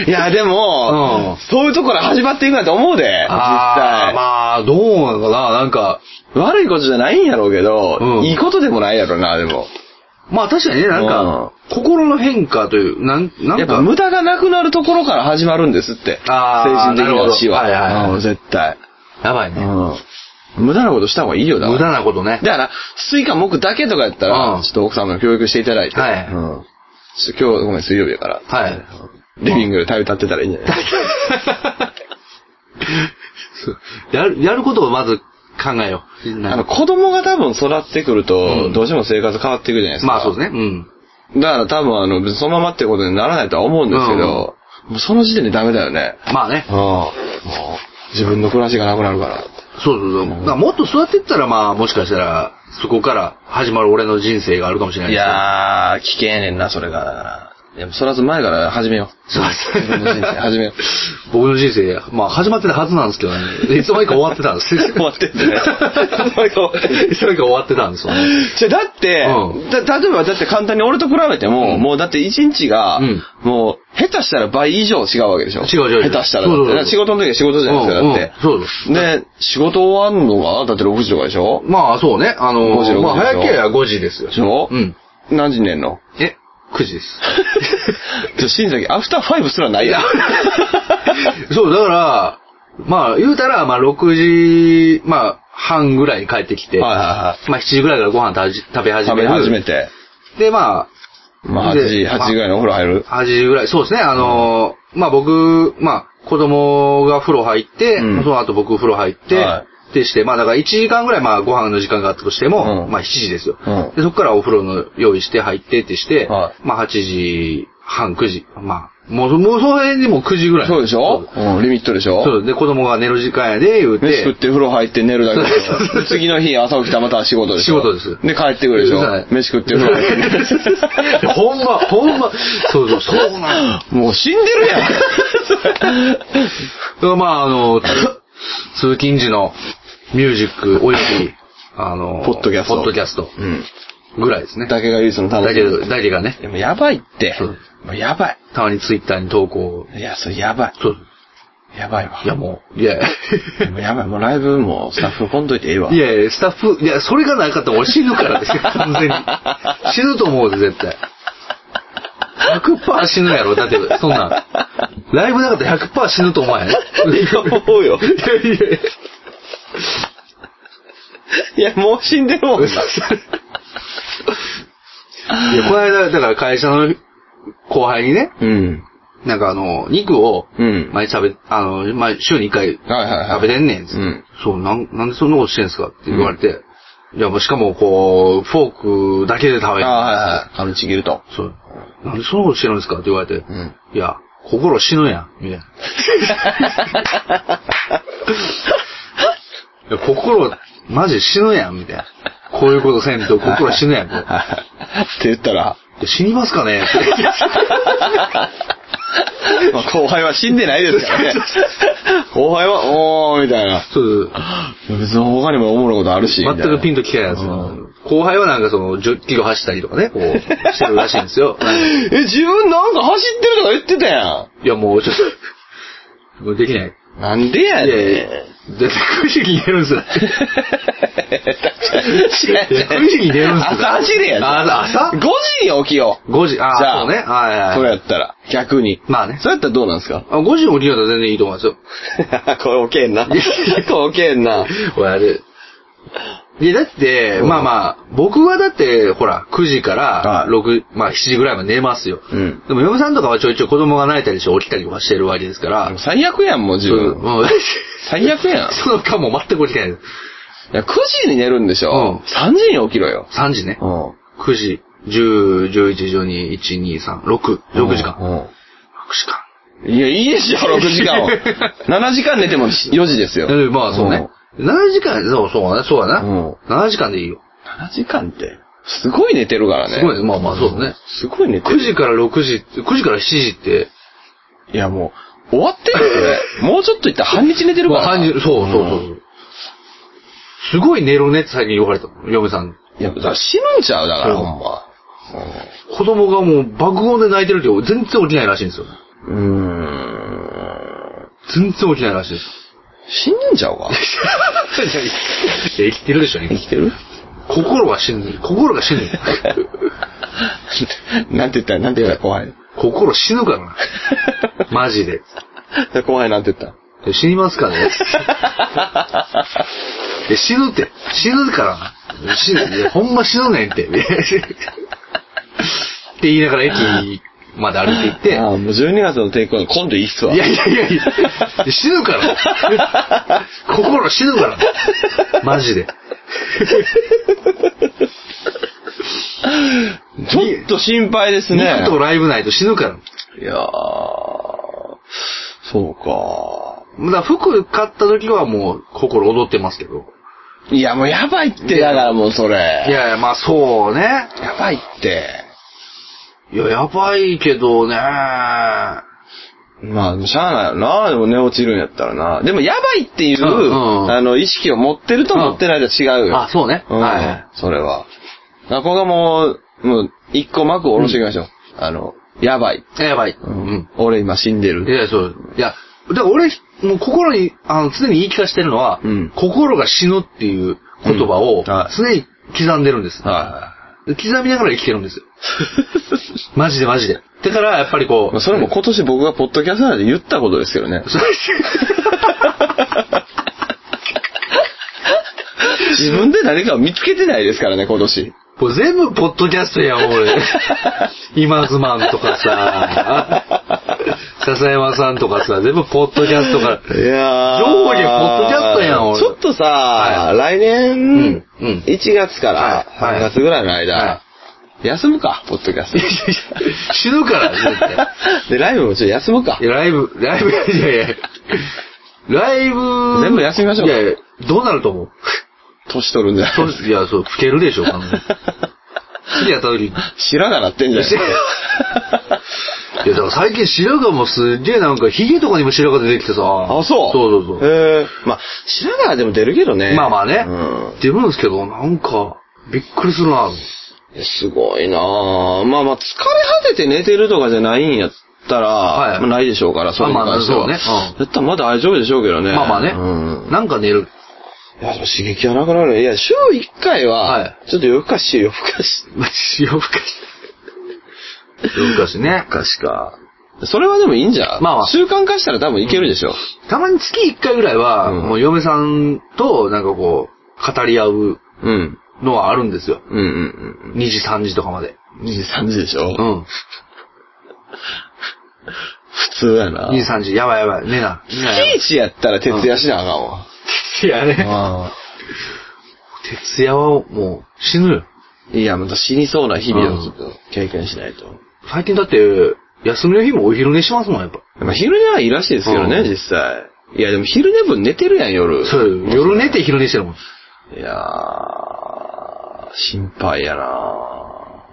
Speaker 2: いや、でも、
Speaker 1: う
Speaker 2: そういうところから始まっていくなんて思うで、実際。
Speaker 1: あーまあ、どうなのかななんか、
Speaker 2: 悪いことじゃないんやろうけど、
Speaker 1: うん
Speaker 2: いいことでもないやろな、でも。
Speaker 1: まあ確かにね、なんか、心の変化という、なん、なん
Speaker 2: やっぱ
Speaker 1: か、
Speaker 2: 無駄がなくなるところから始まるんですって。
Speaker 1: あー
Speaker 2: 精神的な死は。
Speaker 1: なるほどはいはいはい
Speaker 2: うん絶対。
Speaker 1: やばいね。
Speaker 2: うん。無駄なことした方がいいよだから
Speaker 1: 無駄なことね。
Speaker 2: だから、水火木だけとかやった
Speaker 1: う
Speaker 2: ら
Speaker 1: ん、
Speaker 2: ちょっと奥様の教育していただいて。
Speaker 1: はい
Speaker 2: うん。ちょっと今日、ごめん、水曜日やから。
Speaker 1: はい。
Speaker 2: リビングで旅立ってたらいいんじゃない
Speaker 1: やる、やることをまず考えよう。みんな
Speaker 2: あの、子供が多分育ってくると、どうしても生活変わっていくじゃないですか。
Speaker 1: まあそうですね。うん。
Speaker 2: ね。だから多分、あの、別にそのままってことにならないとは思うんですけど、もうその時点でダメだよね。
Speaker 1: まあね
Speaker 2: う。ん。もう、自分の暮らしがなくなるから。
Speaker 1: そうそうそう。だからもっと育てったら、まあ、もしかしたら、そこから始まる俺の人生があるかもしれない
Speaker 2: い
Speaker 1: ですけど。
Speaker 2: やー、危険やねんな、それが。だから。いや、そらず前から始めよう。
Speaker 1: そうです
Speaker 2: 自分の人生始 めよう。
Speaker 1: 僕の人生、まあ、始まってたはずなんですけど ね。いつの間にか終わってたんです。
Speaker 2: 終わってんだよいつの間にか終わって
Speaker 1: いつの間にか終わってたんですよね。
Speaker 2: じゃ、だって、だ、例えばだって簡単に俺と比べても、もうだって一日が、
Speaker 1: うん
Speaker 2: もう、下手したら倍以上違うわけでしょ
Speaker 1: 違う違う違う
Speaker 2: 下手したら
Speaker 1: そうそう
Speaker 2: だっ
Speaker 1: そう
Speaker 2: て。だから仕事の時は仕事じゃないですか、
Speaker 1: うん
Speaker 2: だって。
Speaker 1: うんそうそう
Speaker 2: で、仕事終わんのが、だって6時とかでしょ
Speaker 1: まあ、そうね。あの
Speaker 2: 5時6時でしょ
Speaker 1: まあ、早ければ5時ですよ
Speaker 2: で。しょ
Speaker 1: うん。
Speaker 2: 何時に寝ん の
Speaker 1: え、9時です。
Speaker 2: じゃ、新崎、アフターファイブすらないやん。
Speaker 1: そう、だから、まあ、言うたら、まあ、6時、まあ、半ぐらいに帰ってきて、
Speaker 2: はいは
Speaker 1: まあ、7時ぐらいからご飯たじ食べ
Speaker 2: いはい。
Speaker 1: 始
Speaker 2: 食
Speaker 1: め
Speaker 2: べ
Speaker 1: る。
Speaker 2: 始めて。
Speaker 1: で、ま
Speaker 2: まあ、
Speaker 1: で
Speaker 2: 8時、8時ぐらいのお風呂入る
Speaker 1: あ、8時ぐらい、そうですね、あのーまあ、僕、まあ、子供が風呂入って、
Speaker 2: うん
Speaker 1: その後僕風呂入って、
Speaker 2: は
Speaker 1: でして、まあ、だから1時間ぐらい、まあ、ご飯の時間があったとしても、
Speaker 2: うん
Speaker 1: まあ、7時ですよ、
Speaker 2: うん
Speaker 1: で、そこからお風呂の用意して入ってってして、
Speaker 2: はい
Speaker 1: まあ、8時半、9時、まあ、もう、もうその辺でもう9時ぐらい。
Speaker 2: そうでしょうん、リミットでしょ
Speaker 1: そう、で、子供が寝る時間やで、言うて。
Speaker 2: 飯食って風呂入って寝るだけでし
Speaker 1: そ
Speaker 2: ょ
Speaker 1: うそうそう
Speaker 2: 次の日朝起きたらまた仕事でしょ
Speaker 1: 仕事です
Speaker 2: で、帰ってくるでしょ
Speaker 1: はい
Speaker 2: 飯食って風呂入って寝る
Speaker 1: ほんま、ほんま、そうそう、そうなん だ
Speaker 2: もう死んでるやん。
Speaker 1: からまあ、あ の、つ通勤時のミュージックおよび、あの、
Speaker 2: ポッドキャスト
Speaker 1: ポッドキャスト
Speaker 2: うん。
Speaker 1: ぐらいですね。
Speaker 2: だけが唯一の楽
Speaker 1: だ
Speaker 2: し
Speaker 1: け
Speaker 2: み。
Speaker 1: ど、だけがね、
Speaker 2: でもやばいって
Speaker 1: そう。
Speaker 2: もうやばい。
Speaker 1: たまにツイッターに投稿。
Speaker 2: いや、それやばい。
Speaker 1: そう。
Speaker 2: やばいわ。
Speaker 1: いや、もう、いや、い
Speaker 2: もうやばい。もうライブもスタッフ来んといてええわ。
Speaker 1: や いや、スタッフ、いや、それがなかったら俺死ぬから ですよ、完全に。死ぬと思うで、絶対。100%死ぬやろ、だって、そんなん。ライブなかったら100%死ぬと思 わへん。
Speaker 2: 思うよ。
Speaker 1: いやいやいや。
Speaker 2: いや、もう死ん でるもん。
Speaker 1: いや、この間、だから会社の後輩にね、
Speaker 2: うん。
Speaker 1: なんかあの、肉を
Speaker 2: うん、
Speaker 1: 毎日食べ、あの、毎週に一回
Speaker 2: はいはいはい
Speaker 1: 食べてんねんっつって、
Speaker 2: うん
Speaker 1: そう、なん、なんでそんなことしてんすかって言われて、いや、もうしかもこう、フォークだけで食
Speaker 2: あ
Speaker 1: べる。
Speaker 2: ーはいはい。噛みちぎると。
Speaker 1: そう。なんでそんなことしてるんですかって言われて、
Speaker 2: ん
Speaker 1: いや、心死ぬやん、みたい な。いや心、マジ死ぬやん、みたいな。こういうことせんと心死ぬやん、みたいな
Speaker 2: って言ったら、
Speaker 1: で死にますかねって
Speaker 2: まあ後輩は死んでないですからね。 後輩は、おー、みたいな。
Speaker 1: そう
Speaker 2: 別に他にもおもろいことあるし。
Speaker 1: 全くピン
Speaker 2: と。
Speaker 1: ときてないやつ。
Speaker 2: うん
Speaker 1: 後輩はなんかその、10キロ走ったりとかね、こう、してるらしいんです よ。
Speaker 2: え、自分なんか走ってるとか言ってたやん。
Speaker 1: いや、もうちょっと、もうできない。
Speaker 2: なんでやねん。
Speaker 1: だって9時に寝るん すよ。9時に寝 るんすよ。
Speaker 2: 朝走れやで
Speaker 1: あ朝
Speaker 2: 5時に起きよう。
Speaker 1: ?5 時、
Speaker 2: じゃ
Speaker 1: あ
Speaker 2: あ
Speaker 1: あ、そうね。はいはい。
Speaker 2: それやったら、逆に。
Speaker 1: まあね
Speaker 2: それやったらどうなんです か
Speaker 1: あ5時に起きるんだったら全然いいと思い ますよ。
Speaker 2: これ起けんな。 これ起け んな。
Speaker 1: 俺あれ。いや、だって、まあまあ、僕はだって、ほら、9時から
Speaker 2: はい
Speaker 1: 6、まあ7時ぐらいまで寝ますよ。
Speaker 2: うん
Speaker 1: でも、嫁さんとかはちょいちょい子供が泣いたりして起きたりはしてるわけですから。
Speaker 2: 最悪やん、もう自
Speaker 1: そう
Speaker 2: 分。
Speaker 1: もう
Speaker 2: 最悪や ん。
Speaker 1: その間も全く起きてないです。
Speaker 2: いや、9時に寝るんでしょ、
Speaker 1: うん
Speaker 2: ?3 時に起きろよ。
Speaker 1: 3時ね。
Speaker 2: うん。
Speaker 1: 9時、10、11、12、1、2、3、6、6時間。6時
Speaker 2: う
Speaker 1: 間。
Speaker 2: ん。いや、いいでしょ、6時間は。7 時間寝ても4時ですよ。
Speaker 1: ええまあそうね。7時間、そうそうだね、そうだ
Speaker 2: うん
Speaker 1: ね。7時間でいいよ。
Speaker 2: うん。7時間って、すごい寝てるからね。
Speaker 1: すごいね。まあまあそうだね。
Speaker 2: すごい寝て
Speaker 1: 9
Speaker 2: る。
Speaker 1: 時から6時、9時から7時って、
Speaker 2: いや、もう、終わってるよ、これ。もうちょっといったら半日寝てるか
Speaker 1: ま
Speaker 2: ら
Speaker 1: あ
Speaker 2: な。
Speaker 1: 半日、そうそうそうそうう。すごい寝ろねって最近言われた。嫁さん。
Speaker 2: んいや、だから死ぬんちゃう、だから、
Speaker 1: そう
Speaker 2: ほんま。
Speaker 1: 子供がもう爆音で泣いてるけど、全然起きないらしいんですよ。
Speaker 2: うん。
Speaker 1: 全然起きないらし いです。
Speaker 2: 死ぬんち ゃうか
Speaker 1: いや生きてるでしょ、
Speaker 2: 生
Speaker 1: 今
Speaker 2: きてる
Speaker 1: 心が死ぬ。心が死ぬ。
Speaker 2: なんて言ったなんて言った怖い。
Speaker 1: 心死ぬから な。マジで。
Speaker 2: 怖いなんて言った
Speaker 1: いや死にます からね。いや死ぬって。死ぬからな。死ぬ。いやほんま死ぬねん って。って言いながら駅まで歩いて
Speaker 2: あ
Speaker 1: 行っ
Speaker 2: あ、もう12月の抵抗に今度いいっすわ。
Speaker 1: て。いやいやいやいや、死ぬ から。心死ぬから。マジで。
Speaker 2: ちょっと心配ですね。
Speaker 1: 肉とライブないと死ぬから。
Speaker 2: いやー、そうか。
Speaker 1: だから服買った時はもう心踊ってますけど。
Speaker 2: いや、もうやばいって、だからもうそれ。
Speaker 1: いやいや、まあそうね。
Speaker 2: やばいって。
Speaker 1: いや、やばいけどね。
Speaker 2: まあ、でもしゃあないよな。でも寝落ちるんやったらな。でも、やばいっていう、
Speaker 1: うんうん
Speaker 2: あの、意識を持ってると
Speaker 1: うん
Speaker 2: 持ってないと違うよ。
Speaker 1: あ、そうね。
Speaker 2: ん
Speaker 1: はいはい。
Speaker 2: それは。学校がもう、もう、一個幕を下ろしていきましょう。あの、やばい。
Speaker 1: やばい。うん。
Speaker 2: 俺今死んで
Speaker 1: い
Speaker 2: る。
Speaker 1: や、そう。いや、だから俺、もう心に、あの、常に言い聞かせてるのは、
Speaker 2: うん
Speaker 1: 心が死ぬっていう言葉
Speaker 2: う
Speaker 1: を、
Speaker 2: んはい
Speaker 1: 常に刻んでるんです。
Speaker 2: は
Speaker 1: 刻みながら生きてるんですよ。マジでマジで。だから、やっぱりこ
Speaker 2: い。ま
Speaker 1: う、
Speaker 2: あ、それも今年僕がポッドキャストなんで言ったことですけど ね。
Speaker 1: そう
Speaker 2: 自分で何かを見つけてないですからね、今年。
Speaker 1: もう全部ポッドキャストやん、 俺。今ズマンとか さ、笹山さんとかさ、全部ポッドキャストから。
Speaker 2: いや
Speaker 1: 上下ポッドキャストやん俺
Speaker 2: ちょっとさ、
Speaker 1: は
Speaker 2: 来年、
Speaker 1: うんうん
Speaker 2: 1月から
Speaker 1: はい
Speaker 2: 3
Speaker 1: はい
Speaker 2: 月ぐらいの間、
Speaker 1: は
Speaker 2: 休むか、ポッドキャスト。
Speaker 1: 死ぬから、絶対。
Speaker 2: で、ライブもちょっと休むか
Speaker 1: い。や、ライブ、ライブ、いやいやライブ。
Speaker 2: 全部休みましょう
Speaker 1: いやいや、どうなると思う
Speaker 2: 年取るんじゃない
Speaker 1: そういや、そう、吹けるでしょ、完全に。次やった時。い
Speaker 2: 白髪なってんじゃない
Speaker 1: 知らや、だから最近白髪もすっげえなんか、ヒゲとかにも白髪出てきてさ。あ
Speaker 2: あ、そう
Speaker 1: そうそうそう。
Speaker 2: へえまあ、白髪はでも出るけどね。
Speaker 1: まあまあね。
Speaker 2: うん
Speaker 1: 出るんですけど、なんか、びっくりするな。
Speaker 2: いやすごいなぁ。まあまあ、疲れ果てて寝てるとかじゃないんやったら、
Speaker 1: はい
Speaker 2: まあないでしょうから、それに関しては。
Speaker 1: まあまあそうねうん
Speaker 2: だったらまだ大丈夫でしょうけどね。
Speaker 1: まあまあね。
Speaker 2: うん。
Speaker 1: なんか寝る。
Speaker 2: いや、でも刺激はなくなる。いや、週一回は、
Speaker 1: はい
Speaker 2: ちょっと夜更かし、夜更かし、
Speaker 1: まあ、夜更かし。夜更かしね。
Speaker 2: 夜更かしか。それはでもいいんじゃん。
Speaker 1: まあまあ
Speaker 2: 習慣化したら多分いけるでしょ。
Speaker 1: たまに月1回ぐらいは、
Speaker 2: うん
Speaker 1: もう嫁さんと、なんかこう、語り合う
Speaker 2: うん。
Speaker 1: のはあるんですよ。
Speaker 2: うんうん
Speaker 1: 2時、3時とかまで。
Speaker 2: うん。2時、3時でしょ、
Speaker 1: うん。
Speaker 2: 普通やな。
Speaker 1: 2時、3時。やばいやばい。寝な。寝なやばい
Speaker 2: 月一やったら徹夜しなあかんわ。
Speaker 1: いやね。
Speaker 2: あ
Speaker 1: 徹夜はもう死ぬよ。
Speaker 2: あ いや、また死にそうな日々をちょっと経験しないと。
Speaker 1: 最近だって、休みの日もお昼寝しますもん、やっぱ。
Speaker 2: まあ、昼寝はいいらしいですけどね、
Speaker 1: うん
Speaker 2: 実際。いや、でも昼寝分寝てるやん、夜。
Speaker 1: そうよ、夜寝て昼寝してるもん。
Speaker 2: いやー、心配やな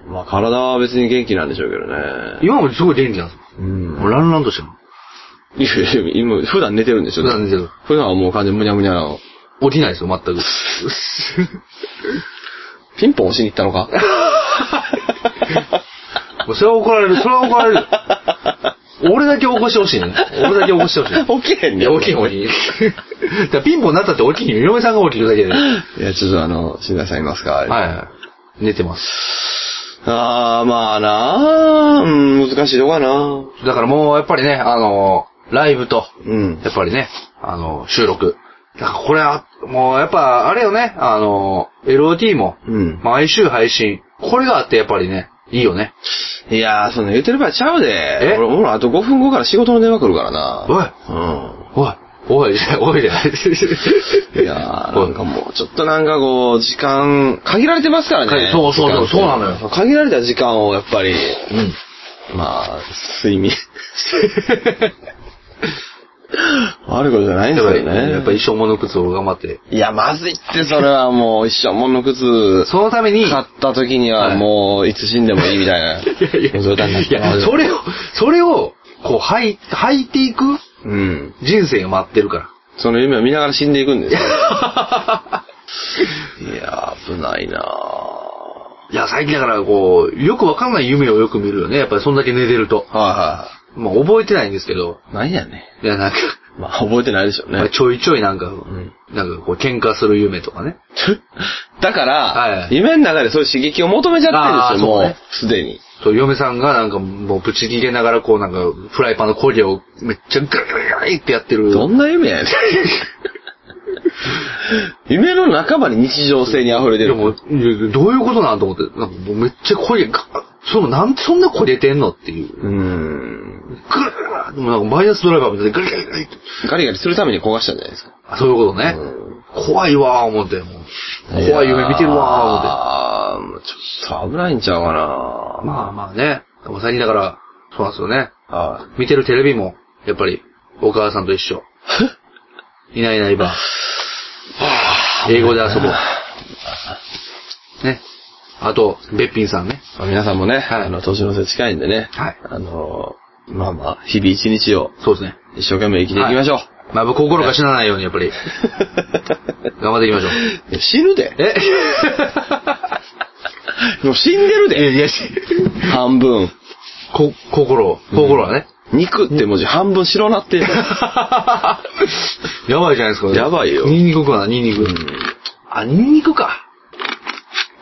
Speaker 2: まあ、体は別に元気なんでしょうけどね。
Speaker 1: 今もすごい元気なんです
Speaker 2: う
Speaker 1: よ。
Speaker 2: ん。
Speaker 1: もうランランとしてる。
Speaker 2: いやいや今、普段寝てるんでしょ
Speaker 1: 普段寝てる。
Speaker 2: 普段はもう完全にむにゃむにゃなの。
Speaker 1: 起きないですよ、全く。
Speaker 2: ピンポン押しに行っ たのか
Speaker 1: もうそれは怒られる、それは怒られる。俺だけ起こしてほしいねん。俺だけ起こしてほしい。
Speaker 2: 起きへん
Speaker 1: い
Speaker 2: ね
Speaker 1: や、
Speaker 2: ん。
Speaker 1: 起きへん、起きへん。だからピンポンになったって起きへんよ。嫁さんが起きるだけで。はい
Speaker 2: や、ちょっとあの、新田さんいますか
Speaker 1: はい。寝てます。
Speaker 2: あー、まあなあうん、難しいとこやな
Speaker 1: だからもう、やっぱりね、あの、ライブと、
Speaker 2: うん。
Speaker 1: やっぱりね、あの、収録。だからこれは、もうやっぱ、あれよね、あの、LOT も、
Speaker 2: うん。
Speaker 1: 毎週配信。これがあってやっぱりね、いいよね。
Speaker 2: いやー、そんな言うてる場合ちゃうで。
Speaker 1: え
Speaker 2: 俺、俺あと5分後から仕事の電話来るからな
Speaker 1: おいおい、おい、おいで。
Speaker 2: うん。いやー、なんかもう、ちょっとなんかこう、時間、限られてますから
Speaker 1: は
Speaker 2: ね
Speaker 1: い。そうそうそう
Speaker 2: 時間って
Speaker 1: そうなのよ
Speaker 2: 限られた時間をやっぱ り、
Speaker 1: うん。
Speaker 2: まあ、睡眠。 悪いことじゃないんです
Speaker 1: やっぱ
Speaker 2: け
Speaker 1: り、
Speaker 2: どね。
Speaker 1: やっぱり一生もの靴を頑張って。
Speaker 2: いや、まずいって、それはもう、一生もんの靴、
Speaker 1: そのために、
Speaker 2: 買った時に
Speaker 1: は
Speaker 2: はいもう、いつ死んでもいいみたいな。
Speaker 1: いやいや、
Speaker 2: 状態になっ
Speaker 1: い
Speaker 2: て
Speaker 1: や、それを、それを、こう、はい、履いていく
Speaker 2: うん。
Speaker 1: 人生が待ってるから。
Speaker 2: その夢を見ながら死んでいく んですよ。いや、危ないない
Speaker 1: や、最近だから、こう、よくわかんない夢をよく見るよね。やっぱりそんだけ寝てると。
Speaker 2: ぁ。は
Speaker 1: まあ、覚えてないんですけど。
Speaker 2: いはい。何やね
Speaker 1: いや、なんか、
Speaker 2: ん。まあ、覚えてないでしょう
Speaker 1: まあ
Speaker 2: ね。
Speaker 1: ちょいちょいなんか、
Speaker 2: ん
Speaker 1: なんかこう、喧嘩する夢とかね。
Speaker 2: だから、
Speaker 1: はい
Speaker 2: 夢の中でそういう刺激を求めちゃってるんで
Speaker 1: あ
Speaker 2: すよ、
Speaker 1: ー
Speaker 2: も
Speaker 1: そうね
Speaker 2: う、すでに。
Speaker 1: そう、嫁さんがなんかもう、ぶち切れながら、こう、なんか、フライパンの焦げをめっちゃガリガリガリってやってる。
Speaker 2: どんな夢やねん。 夢の仲間に日常性に溢れて
Speaker 1: で
Speaker 2: る。
Speaker 1: も、 いやどういうことなんと思って、なんかもうめっちゃ焦げ、ガーそう、なんでそんな焦げてんのっていう。
Speaker 2: うーん。
Speaker 1: ぐるぐるぐるでもなんかマイナスドライバーみたいでぐるぐるぐるって
Speaker 2: ガリガリするために焦がしたんじゃないですか。
Speaker 1: あそういうことね。怖いわー思って。もう怖い夢見てるわ
Speaker 2: ああ、ちょっと危ないんちゃうか
Speaker 1: ー
Speaker 2: な
Speaker 1: 思って。まあまあね。でも最近だから、そうなんですよね。
Speaker 2: あ
Speaker 1: 見てるテレビも、やっぱり、お母さんと一緒。いないいないば。英語で遊ぼう。ね。あと、べっぴんさんね。
Speaker 2: まあ皆さんもね、
Speaker 1: はい
Speaker 2: あの、年の瀬近いんでね。
Speaker 1: はい
Speaker 2: あの、まあまあ、日々一日を
Speaker 1: そうですね。
Speaker 2: 一生懸命生きていきましょう。
Speaker 1: まあ、僕心が死なないように、やっぱり。頑張っていきましょう。
Speaker 2: いや死ぬで。
Speaker 1: え
Speaker 2: もう 死んでるで。
Speaker 1: いや、
Speaker 2: 半分。
Speaker 1: こ、心を、心はね。
Speaker 2: 肉って文字半分白な って る。
Speaker 1: やばいじゃないですか。
Speaker 2: やばいよ
Speaker 1: ニンニクかな、ニンニク。あ、ニンニクか。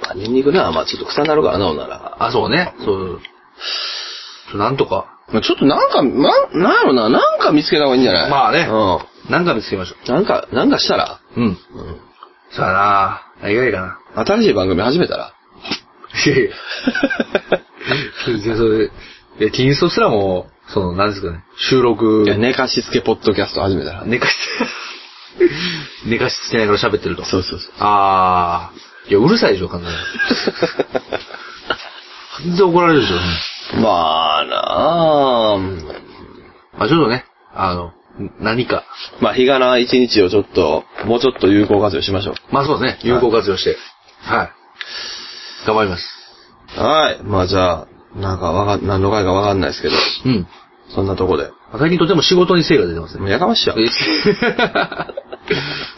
Speaker 2: まあニンニクな、まあちょっと臭なるからな、ほんなら。
Speaker 1: あ、そうね。そう。そうなんとか。
Speaker 2: まあちょっとなんか、なん、なんやろな、なんか見つけた方がいいんじゃない
Speaker 1: まあね
Speaker 2: う
Speaker 1: 何回見つけましょ
Speaker 2: ん。なんか、なんかしたら、
Speaker 1: う。うん。そうやな何がいいかな。
Speaker 2: 新しい番組始めた ら。
Speaker 1: いやいや。全然それ、いや、ティーンストすらも、その、なんですかね、収録
Speaker 2: い、や、寝かしつけポッドキャスト始めたら。
Speaker 1: 寝かし、寝かしつけながら喋ってると。
Speaker 2: そうそうそう。
Speaker 1: あー。いや、うるさいでしょ、完全に。完全に怒られるでしょ。
Speaker 2: まあなあ
Speaker 1: まあ、ちょっとね、あの、何か。
Speaker 2: まあ、日がな一日をちょっと、もうちょっと有効活用しましょ
Speaker 1: まあそうですね、有効活用して。はい。頑張ります。
Speaker 2: う。はい。まあじゃあ、なんかわかん、何の回かわかんないですけど、
Speaker 1: うん。
Speaker 2: そんなとこで。
Speaker 1: 最近とても仕事に精が出てます
Speaker 2: も
Speaker 1: ね。
Speaker 2: うやかましいわ。い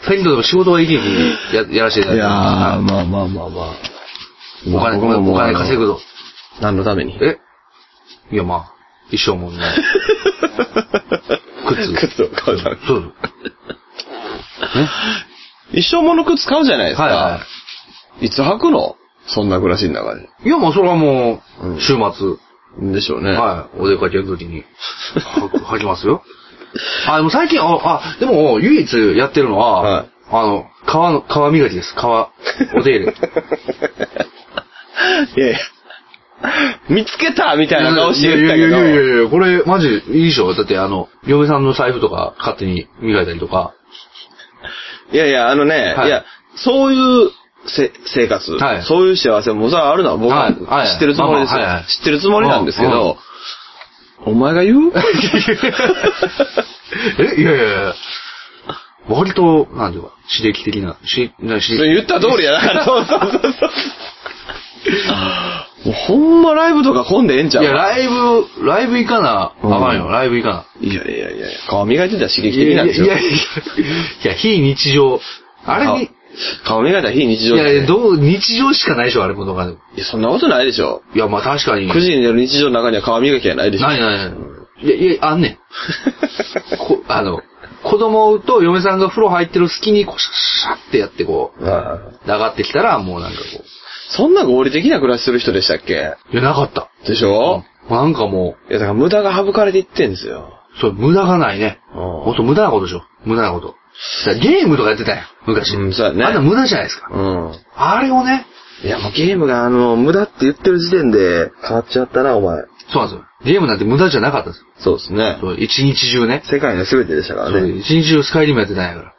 Speaker 1: 最近とても仕事を生き生きややらせていただいて
Speaker 2: やー、
Speaker 1: ま
Speaker 2: まあまあまあまあ。
Speaker 1: すお金、
Speaker 2: 僕ももう
Speaker 1: お金稼ぐ。ぞ。
Speaker 2: 何のために
Speaker 1: えいや、まあ、一生もんね。靴。
Speaker 2: 靴を買うために。
Speaker 1: そう。
Speaker 2: 一生もの靴買うじゃないですか。、
Speaker 1: はいはい
Speaker 2: つ履くのそんな暮らしの中で。
Speaker 1: い。いや、まあ、それはも
Speaker 2: うん
Speaker 1: う、週末、
Speaker 2: でしょうね。
Speaker 1: はい、お出かけの時に、はく 履きますよ。あ、でも最近、あ、あ、でも、唯一やってるのは、
Speaker 2: はい
Speaker 1: あの、革の、革磨きです。革、お手入れ。
Speaker 2: いやいや。見つけたみ たいな顔して言ったけど。
Speaker 1: いやいやいやいやいや、これマジいいでしょだってあの、嫁さんの財布とか勝手に磨いたりとか。
Speaker 2: いやいや、あのね、
Speaker 1: はい
Speaker 2: い、や、そういうせ生活、
Speaker 1: はい
Speaker 2: そういう幸せもさ、あるのは僕は
Speaker 1: はいはい
Speaker 2: 知ってるつもりですよ、
Speaker 1: まあまあはいはい
Speaker 2: 知ってるつもりなんですけ
Speaker 1: うんう
Speaker 2: ど、お前 が言う
Speaker 1: えいやいやいや割と、なんていうか、刺激的な、し、な、刺
Speaker 2: それ
Speaker 1: 激。
Speaker 2: 言った通りやな。そうそうそうそう。もうほんまライブとか混んでええんちゃう
Speaker 1: い
Speaker 2: い
Speaker 1: や、ライブ、ライブ行かな、あ
Speaker 2: うん
Speaker 1: かんよ、ライブ行か
Speaker 2: いやいやいやいや、顔磨いてたら刺
Speaker 1: な。
Speaker 2: 激的なんでしょ。
Speaker 1: いやいやいや、いや、非日常。あれに、い
Speaker 2: 顔顔磨いたら非日常だ
Speaker 1: や
Speaker 2: ね
Speaker 1: いや、どう、日常しかないでしょ、あれもとかでも。
Speaker 2: いやそんなことないでしょ。
Speaker 1: いや、まあ確かに。
Speaker 2: 9時に出る日常の中には顔磨きはないでしょ。
Speaker 1: ないないない。いや、いや、あんね ん。こあの、子供と嫁さんが風呂入ってる隙に、こう、シャッシャッってやってこう、
Speaker 2: うん
Speaker 1: 上がってきたら、もうなんかこ
Speaker 2: そんな合理的な暮らしする人でしたっけ
Speaker 1: う、いや、なかった。
Speaker 2: でしょ、
Speaker 1: なんかも
Speaker 2: いや、だから無駄が省かれていってんですよ。
Speaker 1: う、そう、無駄がないね。
Speaker 2: うん
Speaker 1: ほんと無駄なことでしょ。無駄なこと。だからゲームとかやってたやん、昔。
Speaker 2: うんそうやね
Speaker 1: あんな無駄じゃないですか。
Speaker 2: うん。
Speaker 1: あれをね、
Speaker 2: いや、もうゲームがあの、無駄って言ってる時点で変わっちゃったな、お前。
Speaker 1: そうなんですよ。ゲームなんて無駄じゃなかったんですよ。
Speaker 2: そうですね
Speaker 1: そう一日中ね。
Speaker 2: 世界の全てでしたか
Speaker 1: そう
Speaker 2: らね。
Speaker 1: 一日中スカイリムやってたんやから。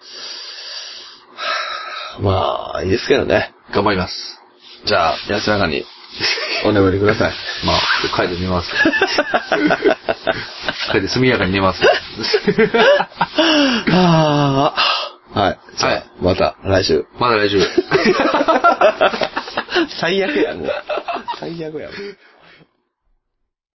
Speaker 2: まあ、いいですけどね。
Speaker 1: 頑張ります。
Speaker 2: じゃあ、安らかに、お眠りください。
Speaker 1: まあ、書いて寝 ます。書いて速やかに寝ます。
Speaker 2: ああ。はい。じゃあ、
Speaker 1: はい
Speaker 2: また、来 週。
Speaker 1: まだ大丈夫。
Speaker 2: 最悪や、もう。最悪や、もう。